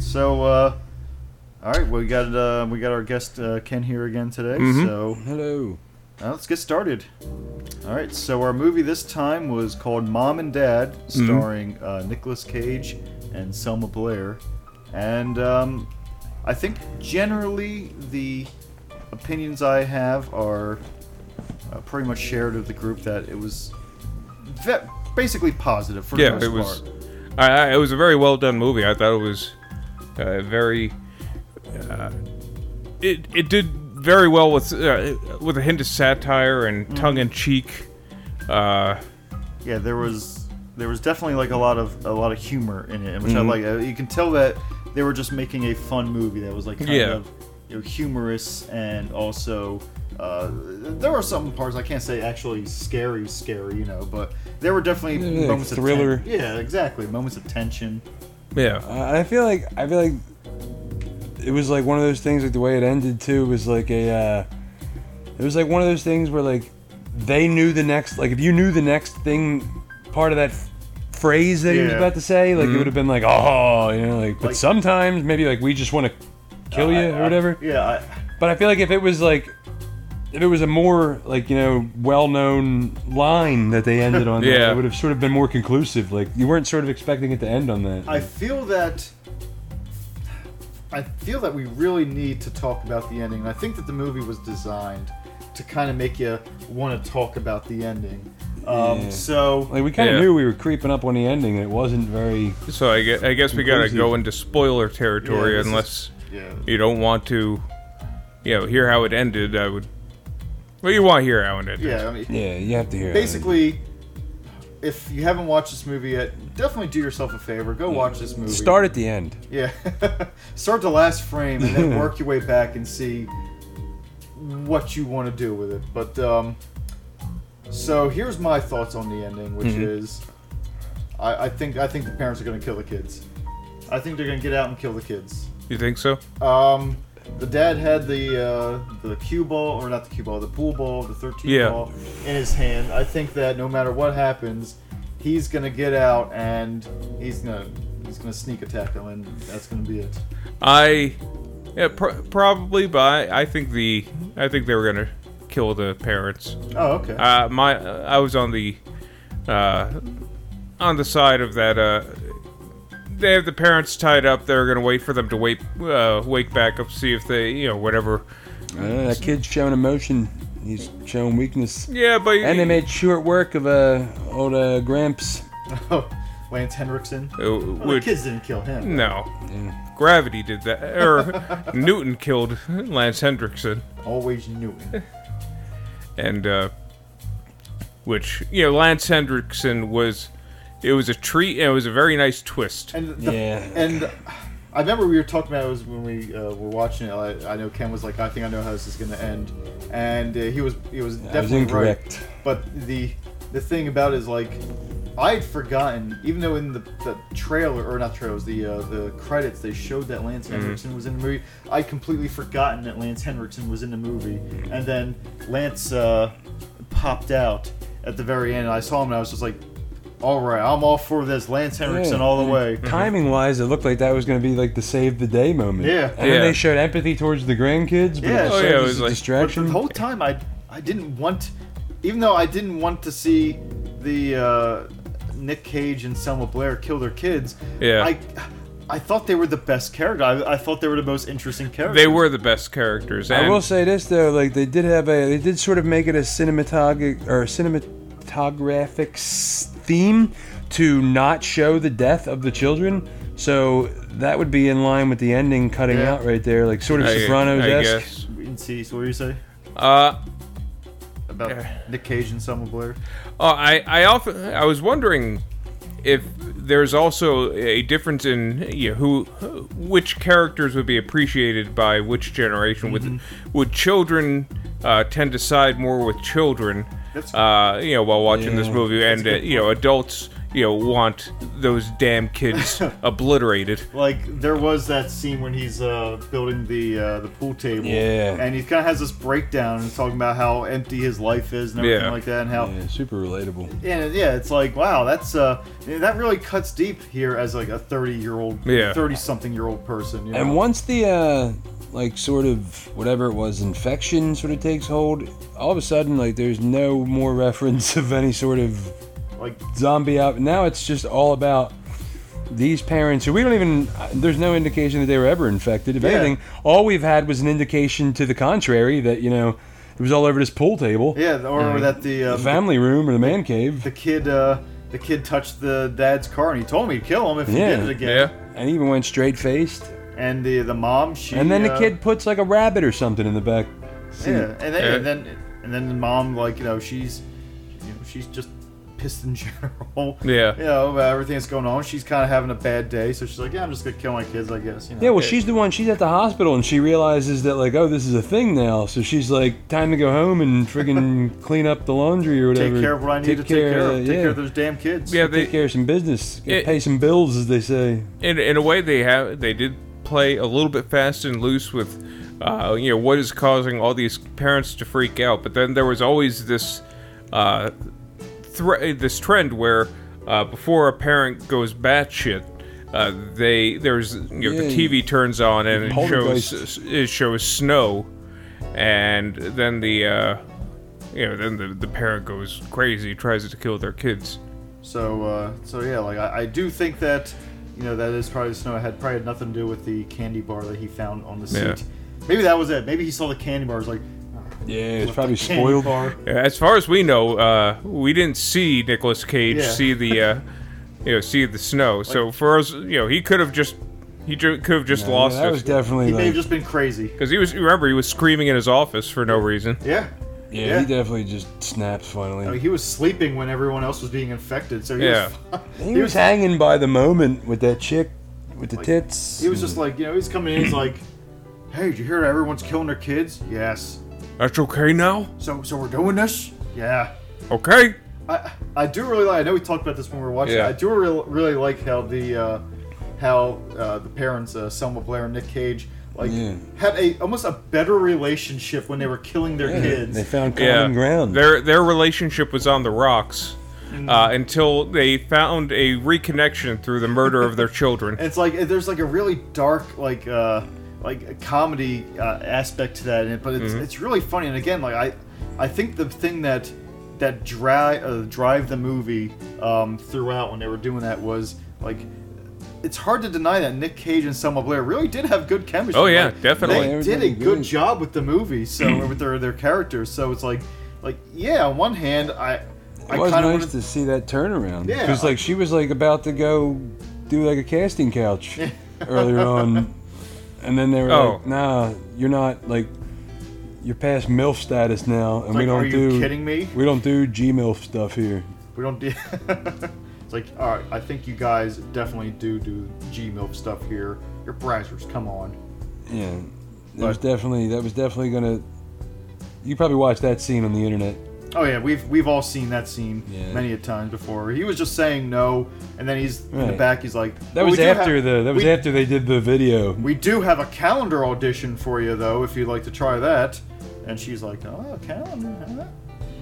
So, uh, all right, we got uh, we got our guest uh, Ken here again today. Mhm. So Hello. uh, let's get started. All right, so our movie this time was called Mom and Dad, Mm-hmm. starring uh, Nicolas Cage and Selma Blair, and um, I think generally the opinions I have are uh, pretty much shared of the group that it was ve- basically positive for yeah, the most it was. part. I, I, it was a very well done movie. I thought it was uh, very. Uh, it it did very well with uh, with a hint of satire Mm-hmm. and tongue in cheek. Uh, yeah there was there was definitely like a lot of a lot of humor in it which Mm-hmm. i like Uh, you can tell that they were just making a fun movie that was like kind Yeah. of you know, humorous and also uh, there were some parts I can't say actually scary, scary, you know, but there were definitely Yeah, like moments thriller. of ten- yeah, exactly, moments of tension. yeah, Uh, and I feel like I feel like it was like one of those things. Like the way it ended too was like a. Uh, it was like one of those things where like they knew the next. Like if you knew the next thing, part of that f- phrase that he was Yeah. about to say, like it would have been like, oh, you know, like. But Like- sometimes maybe like we just want to kill you I- or I- whatever. Yeah, I, But I feel like if it was like. If it was a more like you know well-known line that they ended on, Yeah. it would have sort of been more conclusive. Like you weren't sort of expecting it to end on that. I feel that I feel that we really need to talk about the ending. And I think that the movie was designed to kind of make you want to talk about the ending. Um, Yeah. So Like we kind of Yeah. knew we were creeping up on the ending, and it wasn't very. so I guess, I guess we gotta Conclusive. go into spoiler territory Yeah, this is- unless yeah, you don't want to, you know, hear how it ended. I would. Well, you want to hear how it ended. yeah. I mean, Yeah, you have to hear. basically, if you haven't watched this movie yet, definitely do yourself a favor. Go watch this movie. start at the end. Yeah. Start the last frame and then work your way back and see what you want to do with it. But um, so here's my thoughts on the ending, which is I, I think I think the parents are going to kill the kids. I think they're going to get out and kill the kids. You think so? Um, the dad had the uh, the cue ball, or not the cue ball, the pool ball, the thirteen Yeah. ball in his hand. I think that no matter what happens, he's gonna get out and he's gonna he's gonna sneak attack him, and that's gonna be it. I, yeah, pr- probably, but I, I think the I think they were gonna kill the parents. Oh, okay. Uh, my I was on the, uh, on the side of that. Uh, they have the parents tied up. They're gonna wait for them to wake uh, wake back up, see if they you know whatever. Uh, that kid's showing emotion. He's showing weakness. Yeah, but And they made short work of uh, old uh, Gramps. Lance Henriksen. Uh, Well, would- the kids didn't kill him. no. Gravity did that, or Newton killed Lance Hendrickson. Always knew it. and uh, which you know Lance Hendrickson was it was a treat and it was a very nice twist. And the, Yeah. And I remember we were talking about it was when we uh, were watching it. I, I know Ken was like, "I think I know how this is going to end," and uh, he was he was I was definitely incorrect. right. But the the thing about it is like I had forgotten, even though in the, the trailer or not trailers, the uh, the credits they showed that Lance Mm-hmm. Henriksen was in the movie. I'd completely forgotten that Lance Henriksen was in the movie, and then Lance uh, popped out at the very end. and I saw him, and I was just like. All right, I'm all for this Lance Henriksen Yeah. all the way. Mm-hmm. Timing wise, it looked like that was going to be like the save the day moment. Yeah. And then Yeah. they showed empathy towards the grandkids, but Yeah. it, Oh, was yeah, it yeah, was a like- distraction. But the whole time, I I didn't want, even though I didn't want to see the uh, Nick Cage and Selma Blair kill their kids. Yeah. I I thought they were the best character. I, I thought they were the most interesting character. They were the best characters. And I will say this though, like they did have a, they did sort of make it a cinematog or cinematographic s- theme to not show the death of the children. So that would be in line with the ending cutting Yeah. out right there, like sort of I, Sopranos I esque. guess. And see, so what do you say Uh, about Nick Cage and Selma Blair? oh, I I often I was wondering if there's also a difference in you know, who which characters would be appreciated by which generation. Would would children uh, tend to side more with children? That's uh, you know, while watching this Yeah. movie, and uh, you know, adults, you know want those damn kids obliterated. Like there was that scene when he's uh, building the uh, the pool table, Yeah. and he kind of has this breakdown and talking about how empty his life is and everything Yeah. like that, and how Yeah, super relatable. and yeah, it's like wow, that's uh, that really cuts deep here as like a thirty year old, Yeah. thirty something year old person. You know? And once the uh, like sort of whatever it was infection sort of takes hold, all of a sudden like there's no more reference of any sort of like zombie out. Now it's just all about these parents who we don't even. There's no indication that they were ever infected. If Yeah. anything, all we've had was an indication to the contrary that you know it was all over this pool table, yeah, or that the, Mm-hmm. the um, family room, or the man cave, the kid uh, the kid touched the dad's car and he told me to kill him if he Yeah. did it again. Yeah. and even went straight faced. And the the mom she And then the uh, kid puts like a rabbit or something in the back. seat. Yeah, and then, Yeah. and then and then the mom like you know she's you know, she's just pissed in general. Yeah. you know about everything that's going on. She's kind of having a bad day, so she's like, yeah, I'm just gonna kill my kids, I guess. You know? Yeah, well, she's the one. She's at the hospital, and she realizes that like, oh, this is a thing now. So she's like, time to go home and friggin' clean up the laundry or whatever. take care of what I need to take care, of. Take care of those damn kids. Yeah, they Take care of some business. It- pay some bills, as they say. in, in a way they have they did play a little bit fast and loose with uh, you know what is causing all these parents to freak out but then there was always this uh, thre- this trend where uh, before a parent goes batshit uh, they there's you know Yeah, the TV turns on and it shows Poltergeist. it shows snow and then the uh, you know then the, the parent goes crazy tries to kill their kids So uh, so yeah, like I, I do think that you know that is probably snow had probably had nothing to do with the candy bar that he found on the seat. Yeah. Maybe that was it. Maybe he saw the candy bar. Was like, Yeah, it's probably candy spoiled. bar. As far as we know, uh, we didn't see Nicolas Cage Yeah. see the, uh, you know, see the snow. so for us, you know, he could have just, he ju- could have just Yeah, lost that was it definitely He may like, have just been crazy. because he was. Remember, he was screaming in his office for no reason. Yeah. yeah, yeah. he definitely just snaps finally. I mean, he was sleeping when everyone else was being infected, so he Yeah. was he, was hanging by the moment with that chick with the tits. He was just like, you know, he's coming in, he's like, "Hey, did you hear everyone's killing their kids? Yes. That's okay now. So, so we're doing this? Yeah. Okay. I, I do really like. I know we talked about this when we were watching. Yeah. I do really, really like how the, uh, how uh, the parents, uh, Selma Blair and Nick Cage, like Yeah. had a almost a better relationship when they were killing their Yeah, kids. They found common Yeah. ground. Mm. Their their relationship was on the rocks. Uh, until they found a reconnection through the murder of their children. And it's like there's like a really dark like uh like a comedy uh, aspect to that in it but Mm-hmm. it's it's really funny and again like i i think the thing that that drive uh, drive the movie um throughout when they were doing that was like it's hard to deny that Nick Cage and Selma Blair really did have good chemistry. Oh, yeah, Like, definitely. Mm. They Yeah, did a they were good good. job with the movie, so with their their characters. So it's like, like yeah, on one hand, I, I it was kind of nice wanted to see that turnaround. Yeah. because like she was like about to go do like a casting couch earlier on, and then they were Oh. like, "Nah, you're not like you're past milf status now, and we like, don't are you do kidding me? we don't do g milf stuff here." We don't do. it's like, all right, I think you guys definitely do do G milk stuff here. Your browsers, come on. Yeah, that was But- definitely that was definitely gonna. You probably watched that scene on the internet. Oh yeah, we've we've all seen that scene Yeah. many a times before. He was just saying no, and then he's in the Right. back. He's like, That "Well, was we do after have- the that was we, after they did the video. We do have a calendar audition for you though, if you'd like to try that. And she's like, oh, calendar. huh?"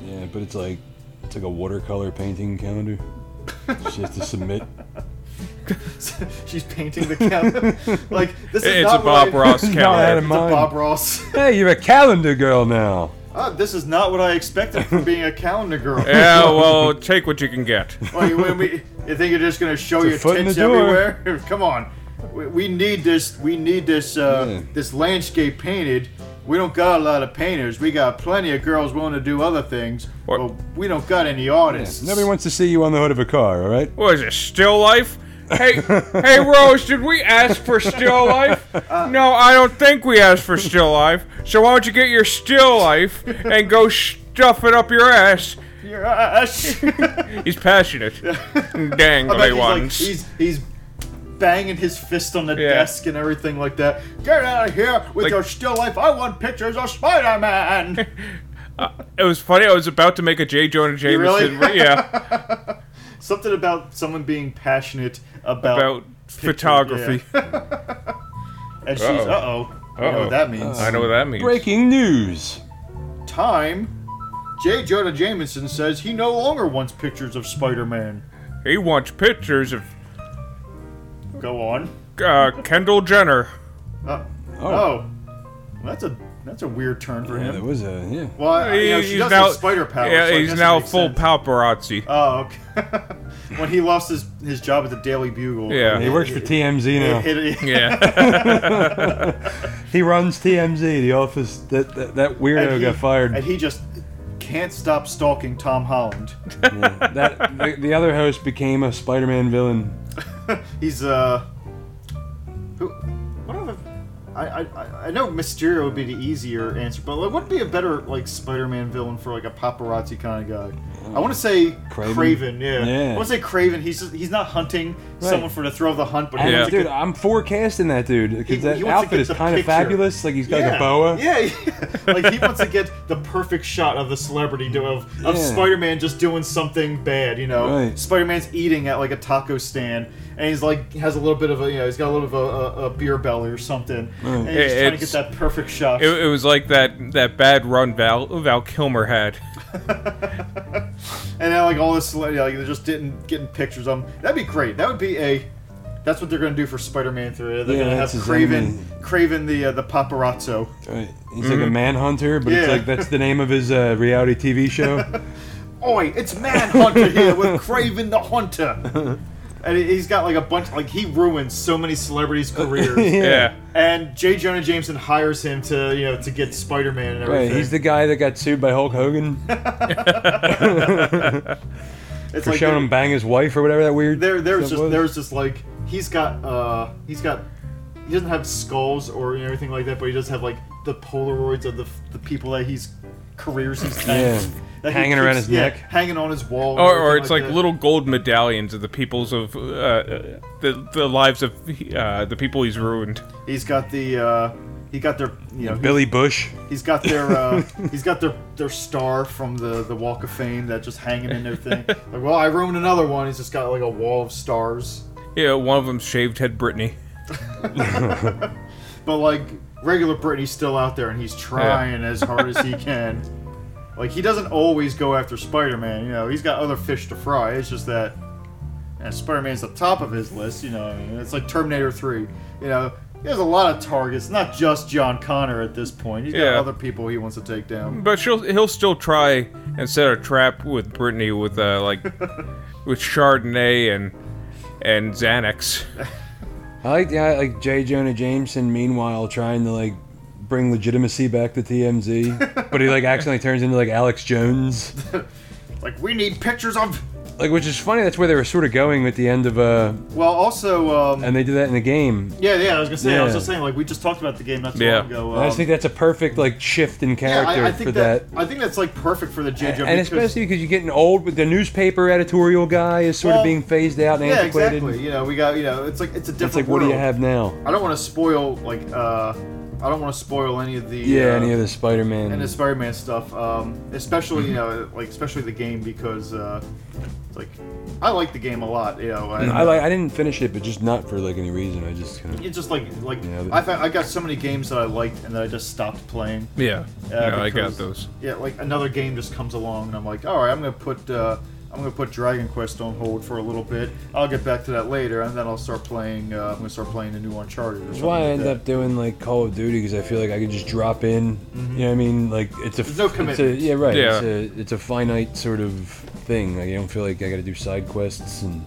Yeah, but it's like it's like a watercolor painting calendar. she has to submit. she's painting the calendar. like this is It's a not Bob what I- Ross It's Not out calendar. of a mind. Bob Ross. Hey, you're a calendar girl now. Ah, this is not what I expected from being a calendar girl. Yeah, well, take what you can get. Like, when we, Oh, you think you're just gonna show It's a your foot in tits the door. everywhere? Come on, we, we need this. We need this. Uh, Yeah. This landscape painted. We don't got a lot of painters. We got plenty of girls willing to do other things, What- but we don't got any artists. Nobody wants to see you on the hood of a car, all right? What is it, still life? Hey, hey, Rose, did we ask for still life? no, I don't think we asked for still life. So why don't you get your still life and go stuff it up your ass? Your ass. He's passionate. I bet Dangly he's, like, ones. he's he's banging his fist on the Yeah. desk and everything like that. Get out of here with Like- your still life. I want pictures of Spider-Man. it was funny. I was about to make a J. Jonah Jameson. really? Yeah. Something about someone being passionate about, About picture- photography. yeah. and she's Uh-oh. uh oh. You know Uh-oh. what that means. I know what that means. Breaking news. Time. J. Jonah Jameson says he no longer wants pictures of Spider-Man. He wants pictures of Go on. uh, Kendall Jenner. Uh, oh. That's a that's a weird turn for Yeah, him. that was a yeah. Well, you know, she does have spider powers. Yeah, so I he's guess it now makes full sense. paparazzi. Oh, okay. when he lost his, his job at the Daily Bugle. Yeah. He works for TMZ now. It, it, yeah, He runs TMZ, the office that that, that and weirdo he- got fired. And he just can't stop stalking Tom Holland. Yeah. That the, the other host became a Spider-Man villain. He's uh, who? What other? I, I I- I know Mysterio would be the easier answer, but like, what would be a better like Spider-Man villain for like a paparazzi kind of guy? I want to say Craven? Craven. yeah. Yeah. I want to say Craven. He's just, he's not hunting someone for the throw of the hunt, but he And, Yeah. wants to Dude, get- I'm forecasting that dude He- because he that wants to outfit get is the kind of picture. fabulous. Like he's got like a boa. Yeah, yeah. like he wants to get the perfect shot of the celebrity do, of, of Yeah. Spider-Man just doing something bad. You know, Right. Spider-Man's eating at like a taco stand, and he's like has a little bit of a you know he's got a little bit of a, a, a beer belly or something, and he's just trying to It's- get that perfect shot. it, it was like that that bad run Val Val Kilmer had. and then like all this celebrity, like they're just didn't getting pictures of him. That'd be great. That would be a. That's what they're gonna do for Spider-Man 3. They're Yeah, gonna have that's his enemy. Craven, Craven the uh, the paparazzo. Right. He's like a manhunter, but it's Yeah. like that's the name of his uh, reality TV show. Oi, it's Manhunter here with Craven the Hunter. And he- he's got like a bunch, like he ruins so many celebrities' careers. Yeah, and J. Jonah Jameson hires him to, you know, to get Spider-Man and Right. everything. He's the guy that got sued by Hulk Hogan it's for showing him bang his wife or whatever that weird. there, there's stuff just, was. there's just like he's got, uh, he's got, he doesn't have skulls or you know, anything like that, but he does have like the Polaroids of the the people that he's careers he's Yeah. that he Hanging around keeps- his yeah, neck. hanging on his wall, and or, or everything it's like that. little gold medallions of the peoples of uh, uh, the the lives of uh, the people he's ruined. He's got the, uh, he got their, you know, Billy Bush. He's got their uh, he's got their their star from the the Walk of Fame that just hanging in their thing. Like, well, I ruined another one. He's just got like a wall of stars. Yeah, one of them shaved head Brittany. But like regular Britney's still out there, and he's trying as hard as he can. Like he doesn't always go after Spider-Man. You know, he's got other fish to fry. It's just that and Spider-Man's the top of his list. You know, and it's like Terminator Three. You know. There's a lot of targets, not just John Connor at this point. He's got Yeah. Hmm. other people he wants to take down. But she'll he'll still try and set a trap with Brittany with uh, like with Chardonnay and and Xanax. I like the I like J. Jonah Jameson. Meanwhile, trying to like bring legitimacy back to TMZ, but he like accidentally turns into like Alex Jones. Like, we need pictures of. Like, which is funny. That's where they were sort of going at the end of uh, Well, also, um, and they did that in the game. Yeah, yeah, I was gonna say, I was Yeah. just saying, like we just talked about the game not too Yeah. long ago. And I just um, think that's a perfect like shift in yeah, character I, I for think that. that, I think that's like perfect for the JJ. and especially because you're getting old with the newspaper editorial guy is sort of Well, being phased out and yeah, antiquated. exactly. You know, we got you know, it's like it's a different. It's like, what do you world. have now? I don't want to spoil like uh, I don't want to spoil any of the Yeah, uh, any other Spider-Man. and the Spider-Man stuff, um, especially you know, Mm-hmm. like especially the game because uh, it's like I like the game a lot. You know, Mm-hmm. I like. I didn't finish it, but just not for like any reason. I just kind of. It's just like like Yeah, but- I found, I got so many games that I liked and that I just stopped playing. Yeah, Uh, no, I got because- those. Yeah, like another game just comes along, and I'm like, all right, I'm gonna put uh, I'm gonna put Dragon Quest on hold for a little bit. I'll get back to that later, and then I'll start playing. Uh, I'm gonna start playing the new Uncharted. Or That's something why I like end that. up doing like Call of Duty because I feel like I can just drop in. You know what I mean? Like it's a. There's no it's a- commitment. yeah, right. Yeah. It's, a, it's a finite sort of thing. Like, I don't feel like I got to do side quests and.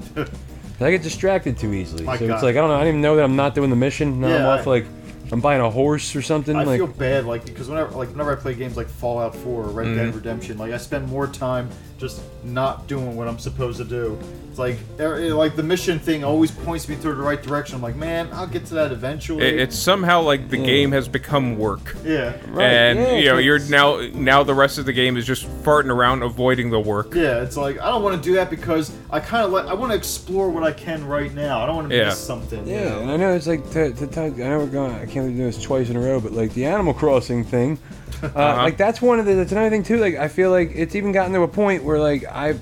I get distracted too easily. My so it's God. like I don't know. I didn't even know that I'm not doing the mission. Now I'm Yeah, off I- like I'm buying a horse or something. I like feel bad, like because whenever like whenever I play games like Fallout 4 or Red Dead Mm-hmm. Redemption, like I spend more time just not doing what I'm supposed to do. It's like er- eh, like the mission thing always points me through the right direction. I'm like, man, I'll get to that eventually. It, it's somehow like the game has become work. yeah. Right, and yeah, you know you're it's- now now the rest of the game is just farting around avoiding the work Yeah, it's like I don't want to do that because I kind of like I want to explore what I can right now. I don't want to Yeah. miss something. you Yeah, know? and I know it's like to, to, to, I know we're going. I can't believe doing this twice in a row, but like the Animal Crossing thing, uh, like that's one of the. That's another thing too. Like I feel like it's even gotten to a point where like I,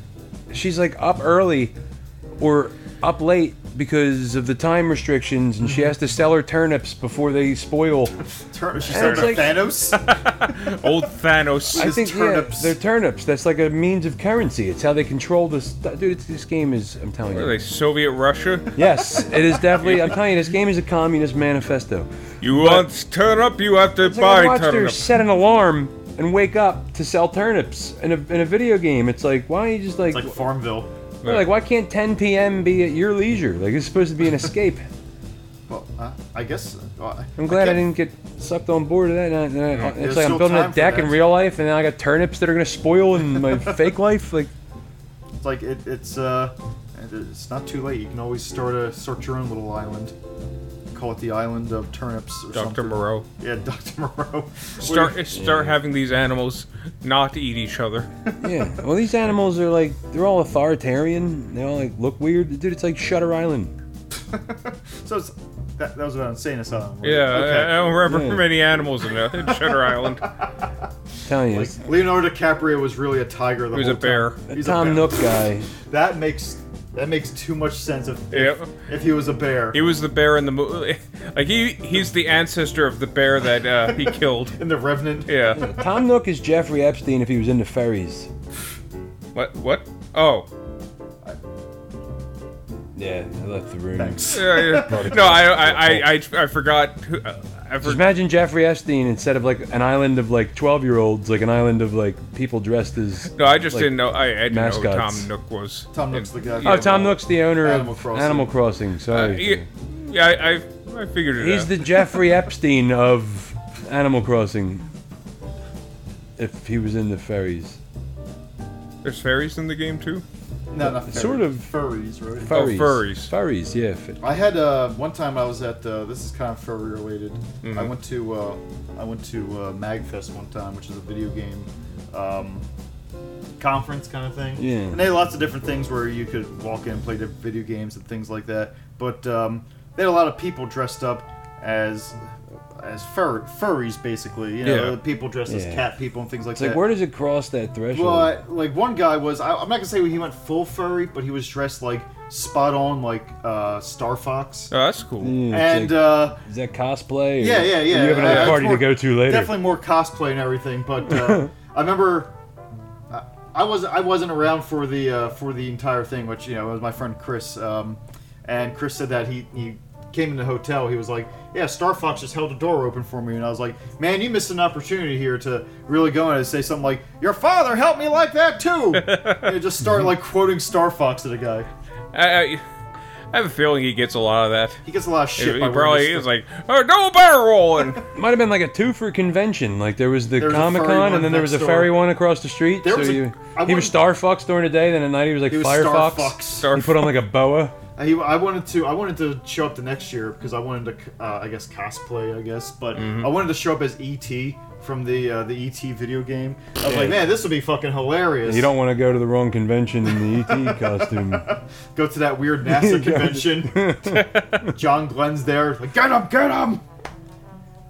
she's like up early or up late because of the time restrictions, and she has to sell her turnips before they spoil. Turn, she's And turned it's to Thanos. Old Thanos. I His think turnips. yeah, they're turnips. That's like a means of currency. It's how they control this. Dude, it's, this game is. I'm telling Are you. they Soviet Russia? Yes, it is definitely. I'm telling you, this game is a communist manifesto. You want turn up, you have to It's like I buy watched her turn up. set an alarm and wake up to sell turnips in a, in a video game. It's like why don't you just like It's like Farmville. like why can't 10 p.m. be at your leisure? Like it's supposed to be an escape. Well, uh, I guess. Uh, I'm glad I, can't- didn't get sucked on board of that. And I, and I- there's it's like still I'm building a time for deck in that. real life, and then I got turnips that are gonna spoil in my fake life. Like It's like it, it's uh, it's not too late. You can always start a start your own little island. Call it the island of turnips or Dr. something. Moreau. Yeah, Doctor Moreau. Start start having these animals not eat each other. yeah, well these animals are like they're all authoritarian. They all like look weird, dude. It's like Shutter Island. So it's, that, that was about insane asylum. right? Yeah, Okay. I, I don't remember Yeah. many animals in, that- in Shutter Island. I'm telling you, it's- Like, Leonardo DiCaprio was really a tiger. The He was a whole bear. Time. that He's a Tom bear. Nook guy. That makes that makes too much sense if if, Yep. if he was a bear He was the bear in the movie. Like he he's the ancestor of the bear that uh, he killed. in the Revenant. Yeah. Tom Nook is Jeffrey Epstein if he was into ferries. What? What? Oh. Yeah, I left the room. Thanks. Yeah, yeah. No, I I, I, I, I forgot. Who, uh, I Just forgot. imagine Jeffrey Epstein instead of like an island of like 12 year olds, like an island of like people dressed as. No, I just like, didn't know. I, I didn't know who mascots. Tom Nook was. Tom Nook's the guy. Yeah. Oh, Tom Nook's the owner Animal of Crossing. Animal Crossing. Uh, Sorry. yeah, yeah, I, I I figured it He's out. the Jeffrey Epstein of Animal Crossing. If he was in the ferries. There's fairies in the game too. No, not fairies. Sort of. furries, right? Furries. Oh, furries. Furries, yeah. f- I had uh, one time I was at uh, this is kind of furry related. I Mm-hmm. went to uh, I went to uh, Magfest one time, which is a video game um, conference kind of thing. Yeah. And they had lots of different things where you could walk in and play different video games and things like that. But um, they had a lot of people dressed up as as fur furries basically. You know, Yeah. the people dressed as Yeah. cat people and things like It's that. like, where does it cross that threshold? Uh, Well, I, like one guy was. I, I'm not gonna say he went full furry, but he was dressed like spot on, like uh, Star Fox. Oh, that's cool. Yeah, it's and like, uh, is that cosplay? or- yeah, yeah, yeah. You have another Uh, it's party more- to go to later. Definitely more cosplay and everything. But uh, I remember I, I was I wasn't around for the uh, for the entire thing, which you know it was my friend Chris. Um, and Chris said that he he came in the hotel. He was like, "Yeah, Star Fox just held the door open for me," and I was like, "Man, you missed an opportunity here to really go in and say something like." Your father helped me like that too. and just start like quoting Star Fox to the guy. I, I I have a feeling he gets a lot of that. He gets a lot of shit. He, he by wearing probably this is like, oh, no barrel rolling. Might have been like a twofer convention. Like there was the There was a Comic furry Con, one and then there was a next ferry door. one across the street. There so was a- you, I he was wouldn't- Star Fox during the day, then at night he was like He was Fire Star Fox. Fox. Star He put on like a boa. I, Uh, I wanted to I wanted to show up the next year because I wanted to uh, I guess cosplay I guess but Mm-hmm. I wanted to show up as ET from the uh, the ET video game. I was like, man, this would be fucking hilarious. You don't want to go to the wrong convention in the ET costume. go to that weird NASA convention. John Glenn's there, like get him, get him.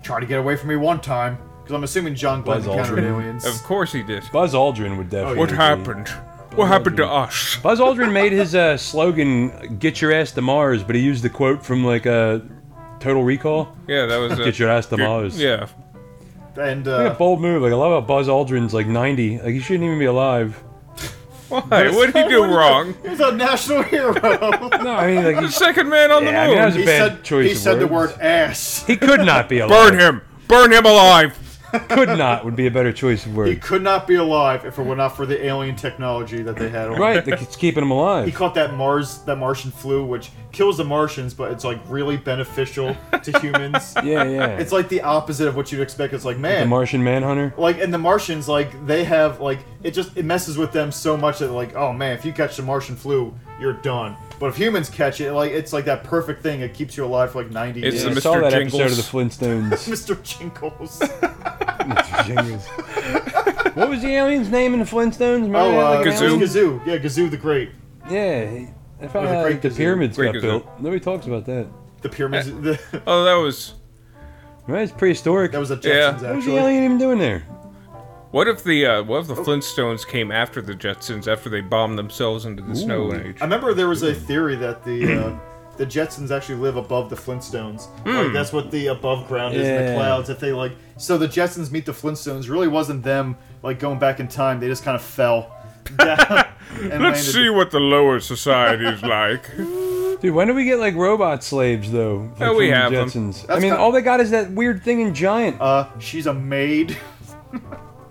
Try to get away from me one time because I'm assuming John Glenn Buzz encountered Aldrin. aliens. of course he did. Buzz Aldrin would definitely. What be- happened? What happened to us? Buzz Aldrin made his uh, slogan "Get your ass to Mars," but he used the quote from like uh, Total Recall. Yeah, that was. uh, Get your ass to Mars. Yeah. And Like a uh, bold move. Like I love how Buzz Aldrin's like 90. Like he shouldn't even be alive. Why? What did he do wrong? he's a national hero. No, I mean like The second man on Yeah, I the mean, moon. that was a he bad said choice he of said the words. word ass. he could not be alive. Burn him. Burn him alive. could not would be a better choice of He word. could not be alive if it were not for the alien technology that they had. on him. Right, that keeps keeping him He alive. caught that Mars, that Martian flu, which kills the Martians, but it's like really beneficial to humans. Yeah, yeah. It's like the opposite of what you'd expect. It's like, the man, Martian Manhunter. like, and the Martians, like, they have, like, it just, it messes with them so much that, like, oh man, if you catch the Martian flu, you're done. But if humans catch it, like, it's like that perfect thing. It keeps you alive for like 90 It's years. I the saw Mr. that Jingles. episode of the Flintstones. Mr. Jingles. Mr. Jingles. What was the alien's name in the Flintstones? Remember oh, that, uh, like, an Gazoo. Gazoo. alien? Gazoo. Yeah, Gazoo the Great. Yeah. he- I found Or the out Great like, the Gazoo. pyramids Great got Gazoo. built. Nobody talks about that. The pyramids. the, Oh, that was. Right, it's prehistoric. that was a Yeah. Jetsons, what was the actually. alien even doing there? What if the uh, what if Oh. the Flintstones came after the Jetsons after they bombed themselves into the snow age? I remember there was a theory that the uh, the Jetsons actually live above the Flintstones. Like that's what the above ground is in the Hmm. Yeah. clouds. If they like, so the Jetsons meet the Flintstones. Really wasn't them like going back in time. They just kind of fell. down and Let's see what the lower society is like. Dude, when do we get like robot slaves though? Like, Oh, we from the have 'em. Jetsons. I That's mean, not- all they got is that weird thing in Giant. Uh, she's a maid,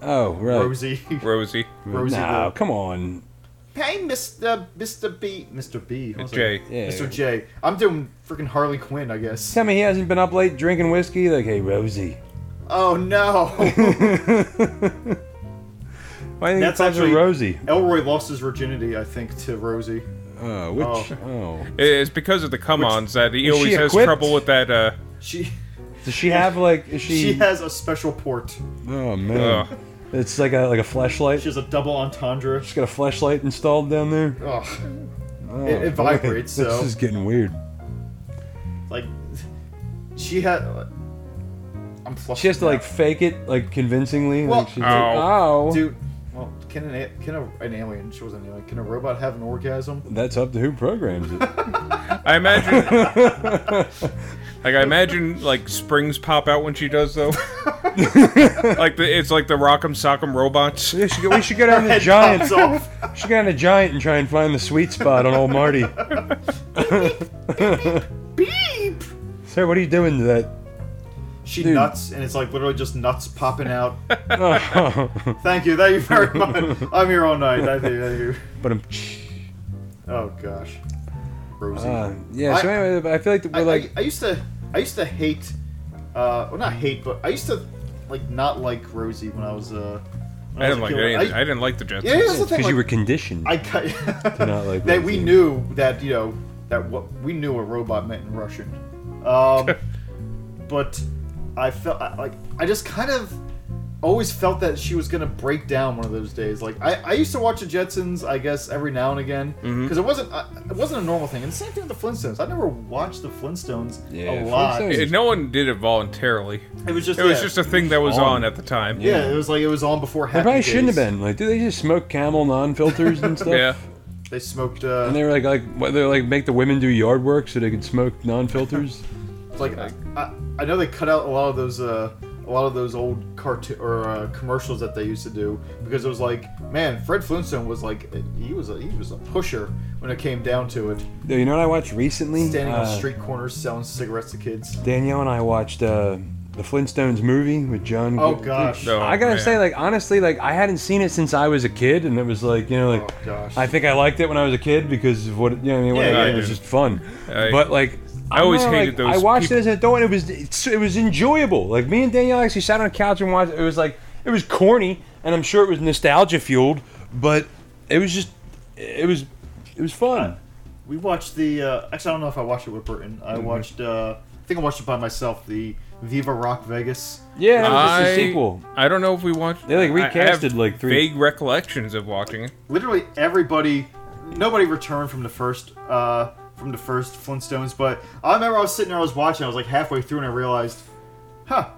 oh, right. Rosie. Rosie, Rosie. Nah, the- come on. Hey, Mr. Mr. B. Mr. B. How's that? Jay. Yeah. Mr. J. I'm doing freaking Harley Quinn, I guess. Tell me he hasn't been up late drinking whiskey. Like, hey, Rosie. Oh no! Why do you think That's that's actually actually- Rosie? Elroy lost his virginity, I think, to Rosie. Oh, which? Oh. Oh. It's because of the come-ons that he was always she has equipped? trouble with that. Uh, She Does she have like? Is she? she has a special port. oh man. Ugh. It's like a like a flashlight. She She's has a double entendre. got a flashlight installed down there. Ugh. Oh, It- it vibrates, boy. so- This is getting weird. Like she had. I'm flushed. She has to like fake it like convincingly. Well- like she's like, Ow. oh. Dude, well, can an a- can a, an alien? She wasn't an alien. Can a robot have an orgasm? That's up to who programs it. I imagine, like I imagine, like springs pop out when she does though. like the, it's like the Rock'em Sock'em robots. we, should go, we should go down to Head Giant. pops off. We should go down to Giant and try and find the sweet spot on old Marty. Beep. Sir, what are you doing to that? She Dude. nuts, and it's like literally just nuts popping out. Oh. Thank you, thank you very much. I'm here all night. Thank you, thank you. but I'm. Oh gosh, Rosie. Uh, yeah. So I- anyway, but I feel like that I, we're like. I, I used to, I used to hate, uh, well not hate, but I used to like not like Rosie when I was. Uh, when I didn't was a like kid. any, I, I didn't like the Jetsons. yeah, that's the thing. Because like, you were conditioned. I cut. not like that we Rosie. knew that you know that what we knew a robot meant in Russian, um, but I felt I- like I just kind of always felt that she was gonna break down one of those days. Like I, I used to watch the Jetsons, I guess every now and again, because Mm-hmm. it wasn't uh, it wasn't a normal thing. And the same thing with the Flintstones. I never watched the Flintstones Yeah, a lot. Flintstones- It- no one did it voluntarily. It was just It was yeah. just a thing that was On. on at the time. yeah, it was like it was on before. They Happy probably shouldn't have Days. been. Like, do they just smoke Camel non-filters and stuff? Yeah. They smoked. Uh, And they were like, like, what, they were like make the women do yard work so they could smoke non-filters. It's like I, I, I know they cut out a lot of those uh, a lot of those old cartoon or uh, commercials that they used to do because it was like man Fred Flintstone was like he was a, he was a pusher when it came down to it Yo, you know what I watched recently? standing Uh, on street corners selling cigarettes to kids Danielle and I watched uh, the Flintstones movie with John. oh Good- gosh No. I gotta man. say, like honestly, like I hadn't seen it since I was a kid, and it was like you know, like Oh, gosh. I think I liked it when I was a kid because of what you know, what I mean, what Yeah, I yeah, did, yeah. it was just fun. I- but like, I always remember, hated like, those I watched peop- it as an adult, and it was it's, it was enjoyable. Like me and Danielle actually sat on a couch and watched. It was like it was corny, and I'm sure it was nostalgia fueled, but it was just it was it was fun. we watched the uh, actually I don't know if I watched it with Burton I watched uh, I think I watched it by myself the Viva Rock Vegas Yeah, it was just I- a sequel. I don't know if we watched. They, like, I- I recasted, have like, three- vague recollections of watching it. literally everybody nobody returned from the first uh from the first Flintstones, but I remember I was sitting there, I was watching, I was like halfway through and I realized, huh,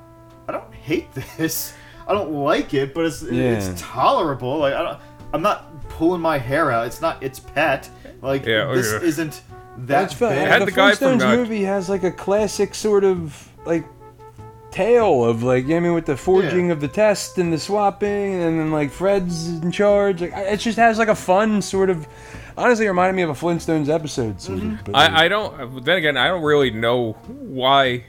I don't hate this. I don't like it, but it's Yeah. it's tolerable. Like I don't I'm not pulling my hair out. It's not it's pet. Like Yeah, this okay. isn't That's that fun. bad. had the, the guy from, Flintstones uh, movie has like a classic sort of like tale of like you know what I mean with the forging Yeah. of the test and the swapping and then like Fred's in charge. Like I- it just has like a fun sort of. Honestly, it reminded me of a Flintstones episode. Sort Mm-hmm. of, but, like, I, I don't. Then again, I don't really know why.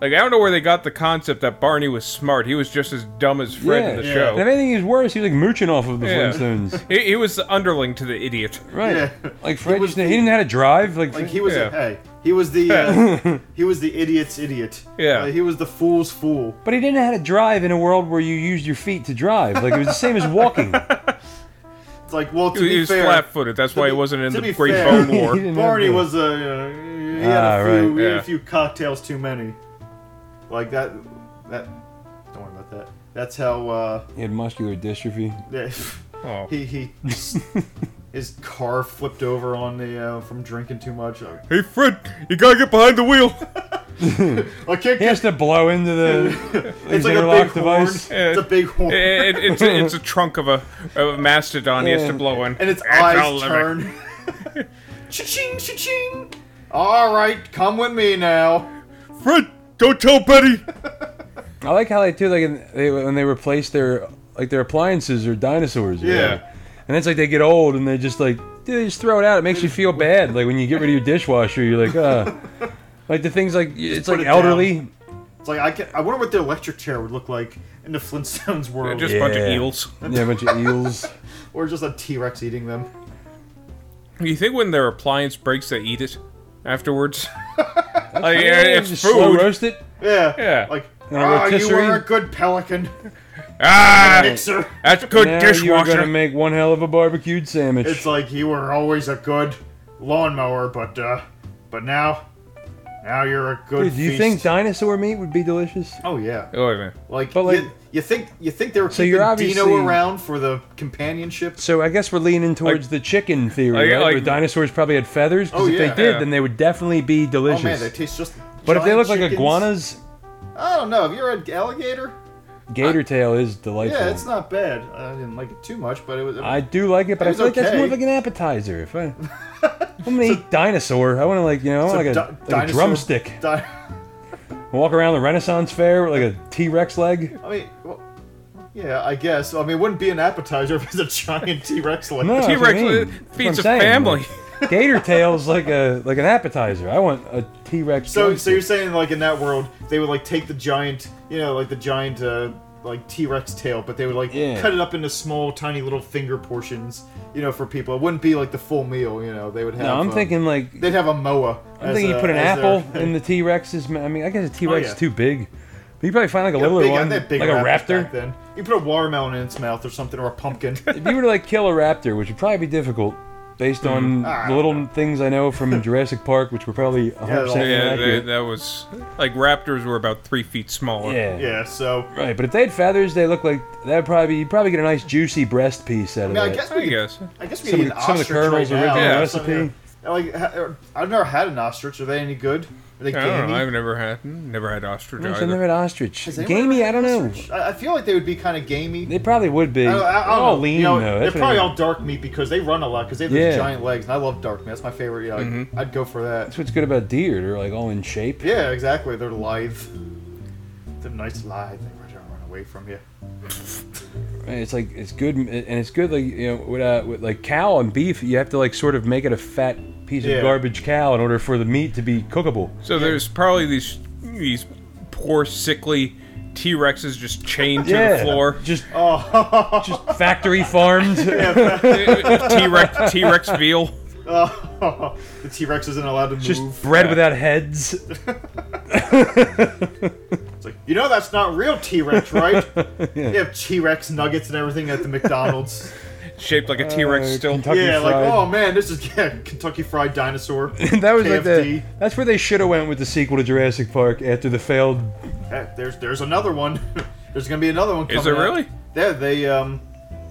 Like I don't know where they got the concept that Barney was smart. He was just as dumb as Fred in the Yeah. show. And if anything is worse, he was like mooching off of the Yeah. Flintstones. He, he was the underling to the idiot. Right. Yeah. Like Fred, was just, he the- didn't know how to drive. Like, Like he was Yeah. a, hey, he was the uh, he was the idiot's idiot. Yeah. Uh, he was the fool's fool. but he didn't know how to drive in a world where you used your feet to drive. Like it was the same as walking. It's like well to He, be was fair, flat-footed. That's why be- he wasn't in to the be Great fair- Bone He War. didn't have Barney the- was a uh, he had a Ah, few right, he had yeah. a few cocktails too many, like that. That don't worry about that. That's how uh, He had muscular dystrophy. yeah, Oh. he he his car flipped over on the uh, from drinking too much. Uh, Hey Fred, you gotta get behind the wheel. I can't He get. has to blow into the It's his like a big interlock horn. device. It's a big horn, It, it- it's, a, it's a trunk of a, of a mastodon he has to blow in. and its all eyes over. turn. cha-ching, cha-ching. All right, come with me now. Fred, don't tell Betty! I like how they too like in- they, when they replace their like their appliances or dinosaurs. or whatever. and it's like they get old and they just like they just throw it out. It makes you feel bad. Like when you get rid of your dishwasher, you're like, uh, like the things like it's put like it elderly. It's like I can. I wonder what the electric chair would look like in the Flintstones world, Just a bunch of Yeah. eels. Yeah, a bunch of eels. or just a T Rex eating them. You think when their appliance breaks, they eat it afterwards? like, Yeah, yeah, it's just slow food. roast it. Yeah. Yeah. Like, a ah, you were rotisserie? a good pelican Ah, mixer. that's good Now you're dishwasher. gonna make one hell of a barbecued sandwich. It's like you were always a good lawnmower, but uh, but now, now you're a good. Dude, do you feast. think dinosaur meat would be delicious? Oh yeah. oh, wait a minute. Like, But, like- you, you think you think they were So keeping you're Dino obviously- around for the companionship? So I guess we're leaning towards the chicken theory, like- right? Where like- dinosaurs probably had feathers. Because Oh, if yeah. they did, Yeah. then they would definitely be Oh delicious. man, they taste just. but if they giant look like chickens- iguanas, I don't know. Have you ever had alligator? gator tail is delightful. Yeah, it's not bad. I didn't like it too much, but it was. I do like it, but I It's feel like that's okay. more of like an appetizer. If I, am gonna eat dinosaur. I want to like you know, I it's want like a, di- like a dinosaur- drumstick. di- Walk around the Renaissance fair with like a T Rex leg. I mean, well, yeah, I guess. I mean, it wouldn't be an appetizer if it's a giant T Rex like. No, that's what I T-Rex mean. li- That's what feeds I'm a saying. family. Like, gator tail's like a like an appetizer. I want a T Rex. So, so you're saying like in that world they would like take the giant, you know, like the giant uh, like T Rex tail, but they would like Yeah. cut it up into small, tiny little finger portions, you know, for people. It wouldn't be like the full meal, you know. They would have. no, I'm uh, thinking like they'd have a moa. I'm thinking you put an apple in the T Rex's. ma- I mean, I guess a T Rex Oh, yeah. is too big. But you probably find like a littler one, like a raptor. Then you put a watermelon in its mouth or something, or a pumpkin. If you were to like kill a raptor, which would probably be difficult, based on Ah. the little things I know from Jurassic Park, which were probably 100 Yeah, percent Yeah, they, inaccurate. that was like raptors were about three feet smaller. yeah. yeah, so. Right, but if they had feathers, they look like that'd probably you'd probably get a nice juicy breast piece out of I mean, I that. guess I we could guess. I guess we Some need an of the- some of the ostrich right Colonel's now. original or something. recipe. Yeah, Like, ha- or- I've never had an ostrich. Are they any good? Are they I don't gamey? know. I've never had never had ostrich Gosh, either. I've never had ostrich. Has anyone ever Gamey, I had don't an know. ostrich? I, I feel like they would be kind of gamey. They probably would be. I, don't- I, I They're don't all know. lean You know, though. They're That's what I probably mean. all dark meat because they run a lot because they have Yeah. those giant legs, and I love dark meat. That's my favorite. Yeah, like, Mm-hmm. I'd go for that. That's what's good about deer. They're like all in shape. Yeah, exactly. They're lithe. They're nice lithe. They don't run away from you. Right, It's like it's good, and it's good. Like you know, with, uh, with like cow and beef, you have to like sort of make it a fat piece Yeah. of garbage cow in order for the meat to be cookable. So there's probably these these poor sickly T Rexes just chained to the floor. just Oh, just factory farmed. T Rex T Rex veal. the T Rex isn't allowed to Just move. bread without heads. It's like, you know that's not real T Rex, right? They have T Rex nuggets and everything at the McDonald's. Shaped like a T Rex Uh, still. Kentucky yeah, like Fried. oh man, this is yeah, Kentucky Fried Dinosaur. that was like the KFD. that's where they should have went with the sequel to Jurassic Park after the failed. Heck, there's there's another one. there's gonna be another one. Coming Is there out. really? Yeah, they um,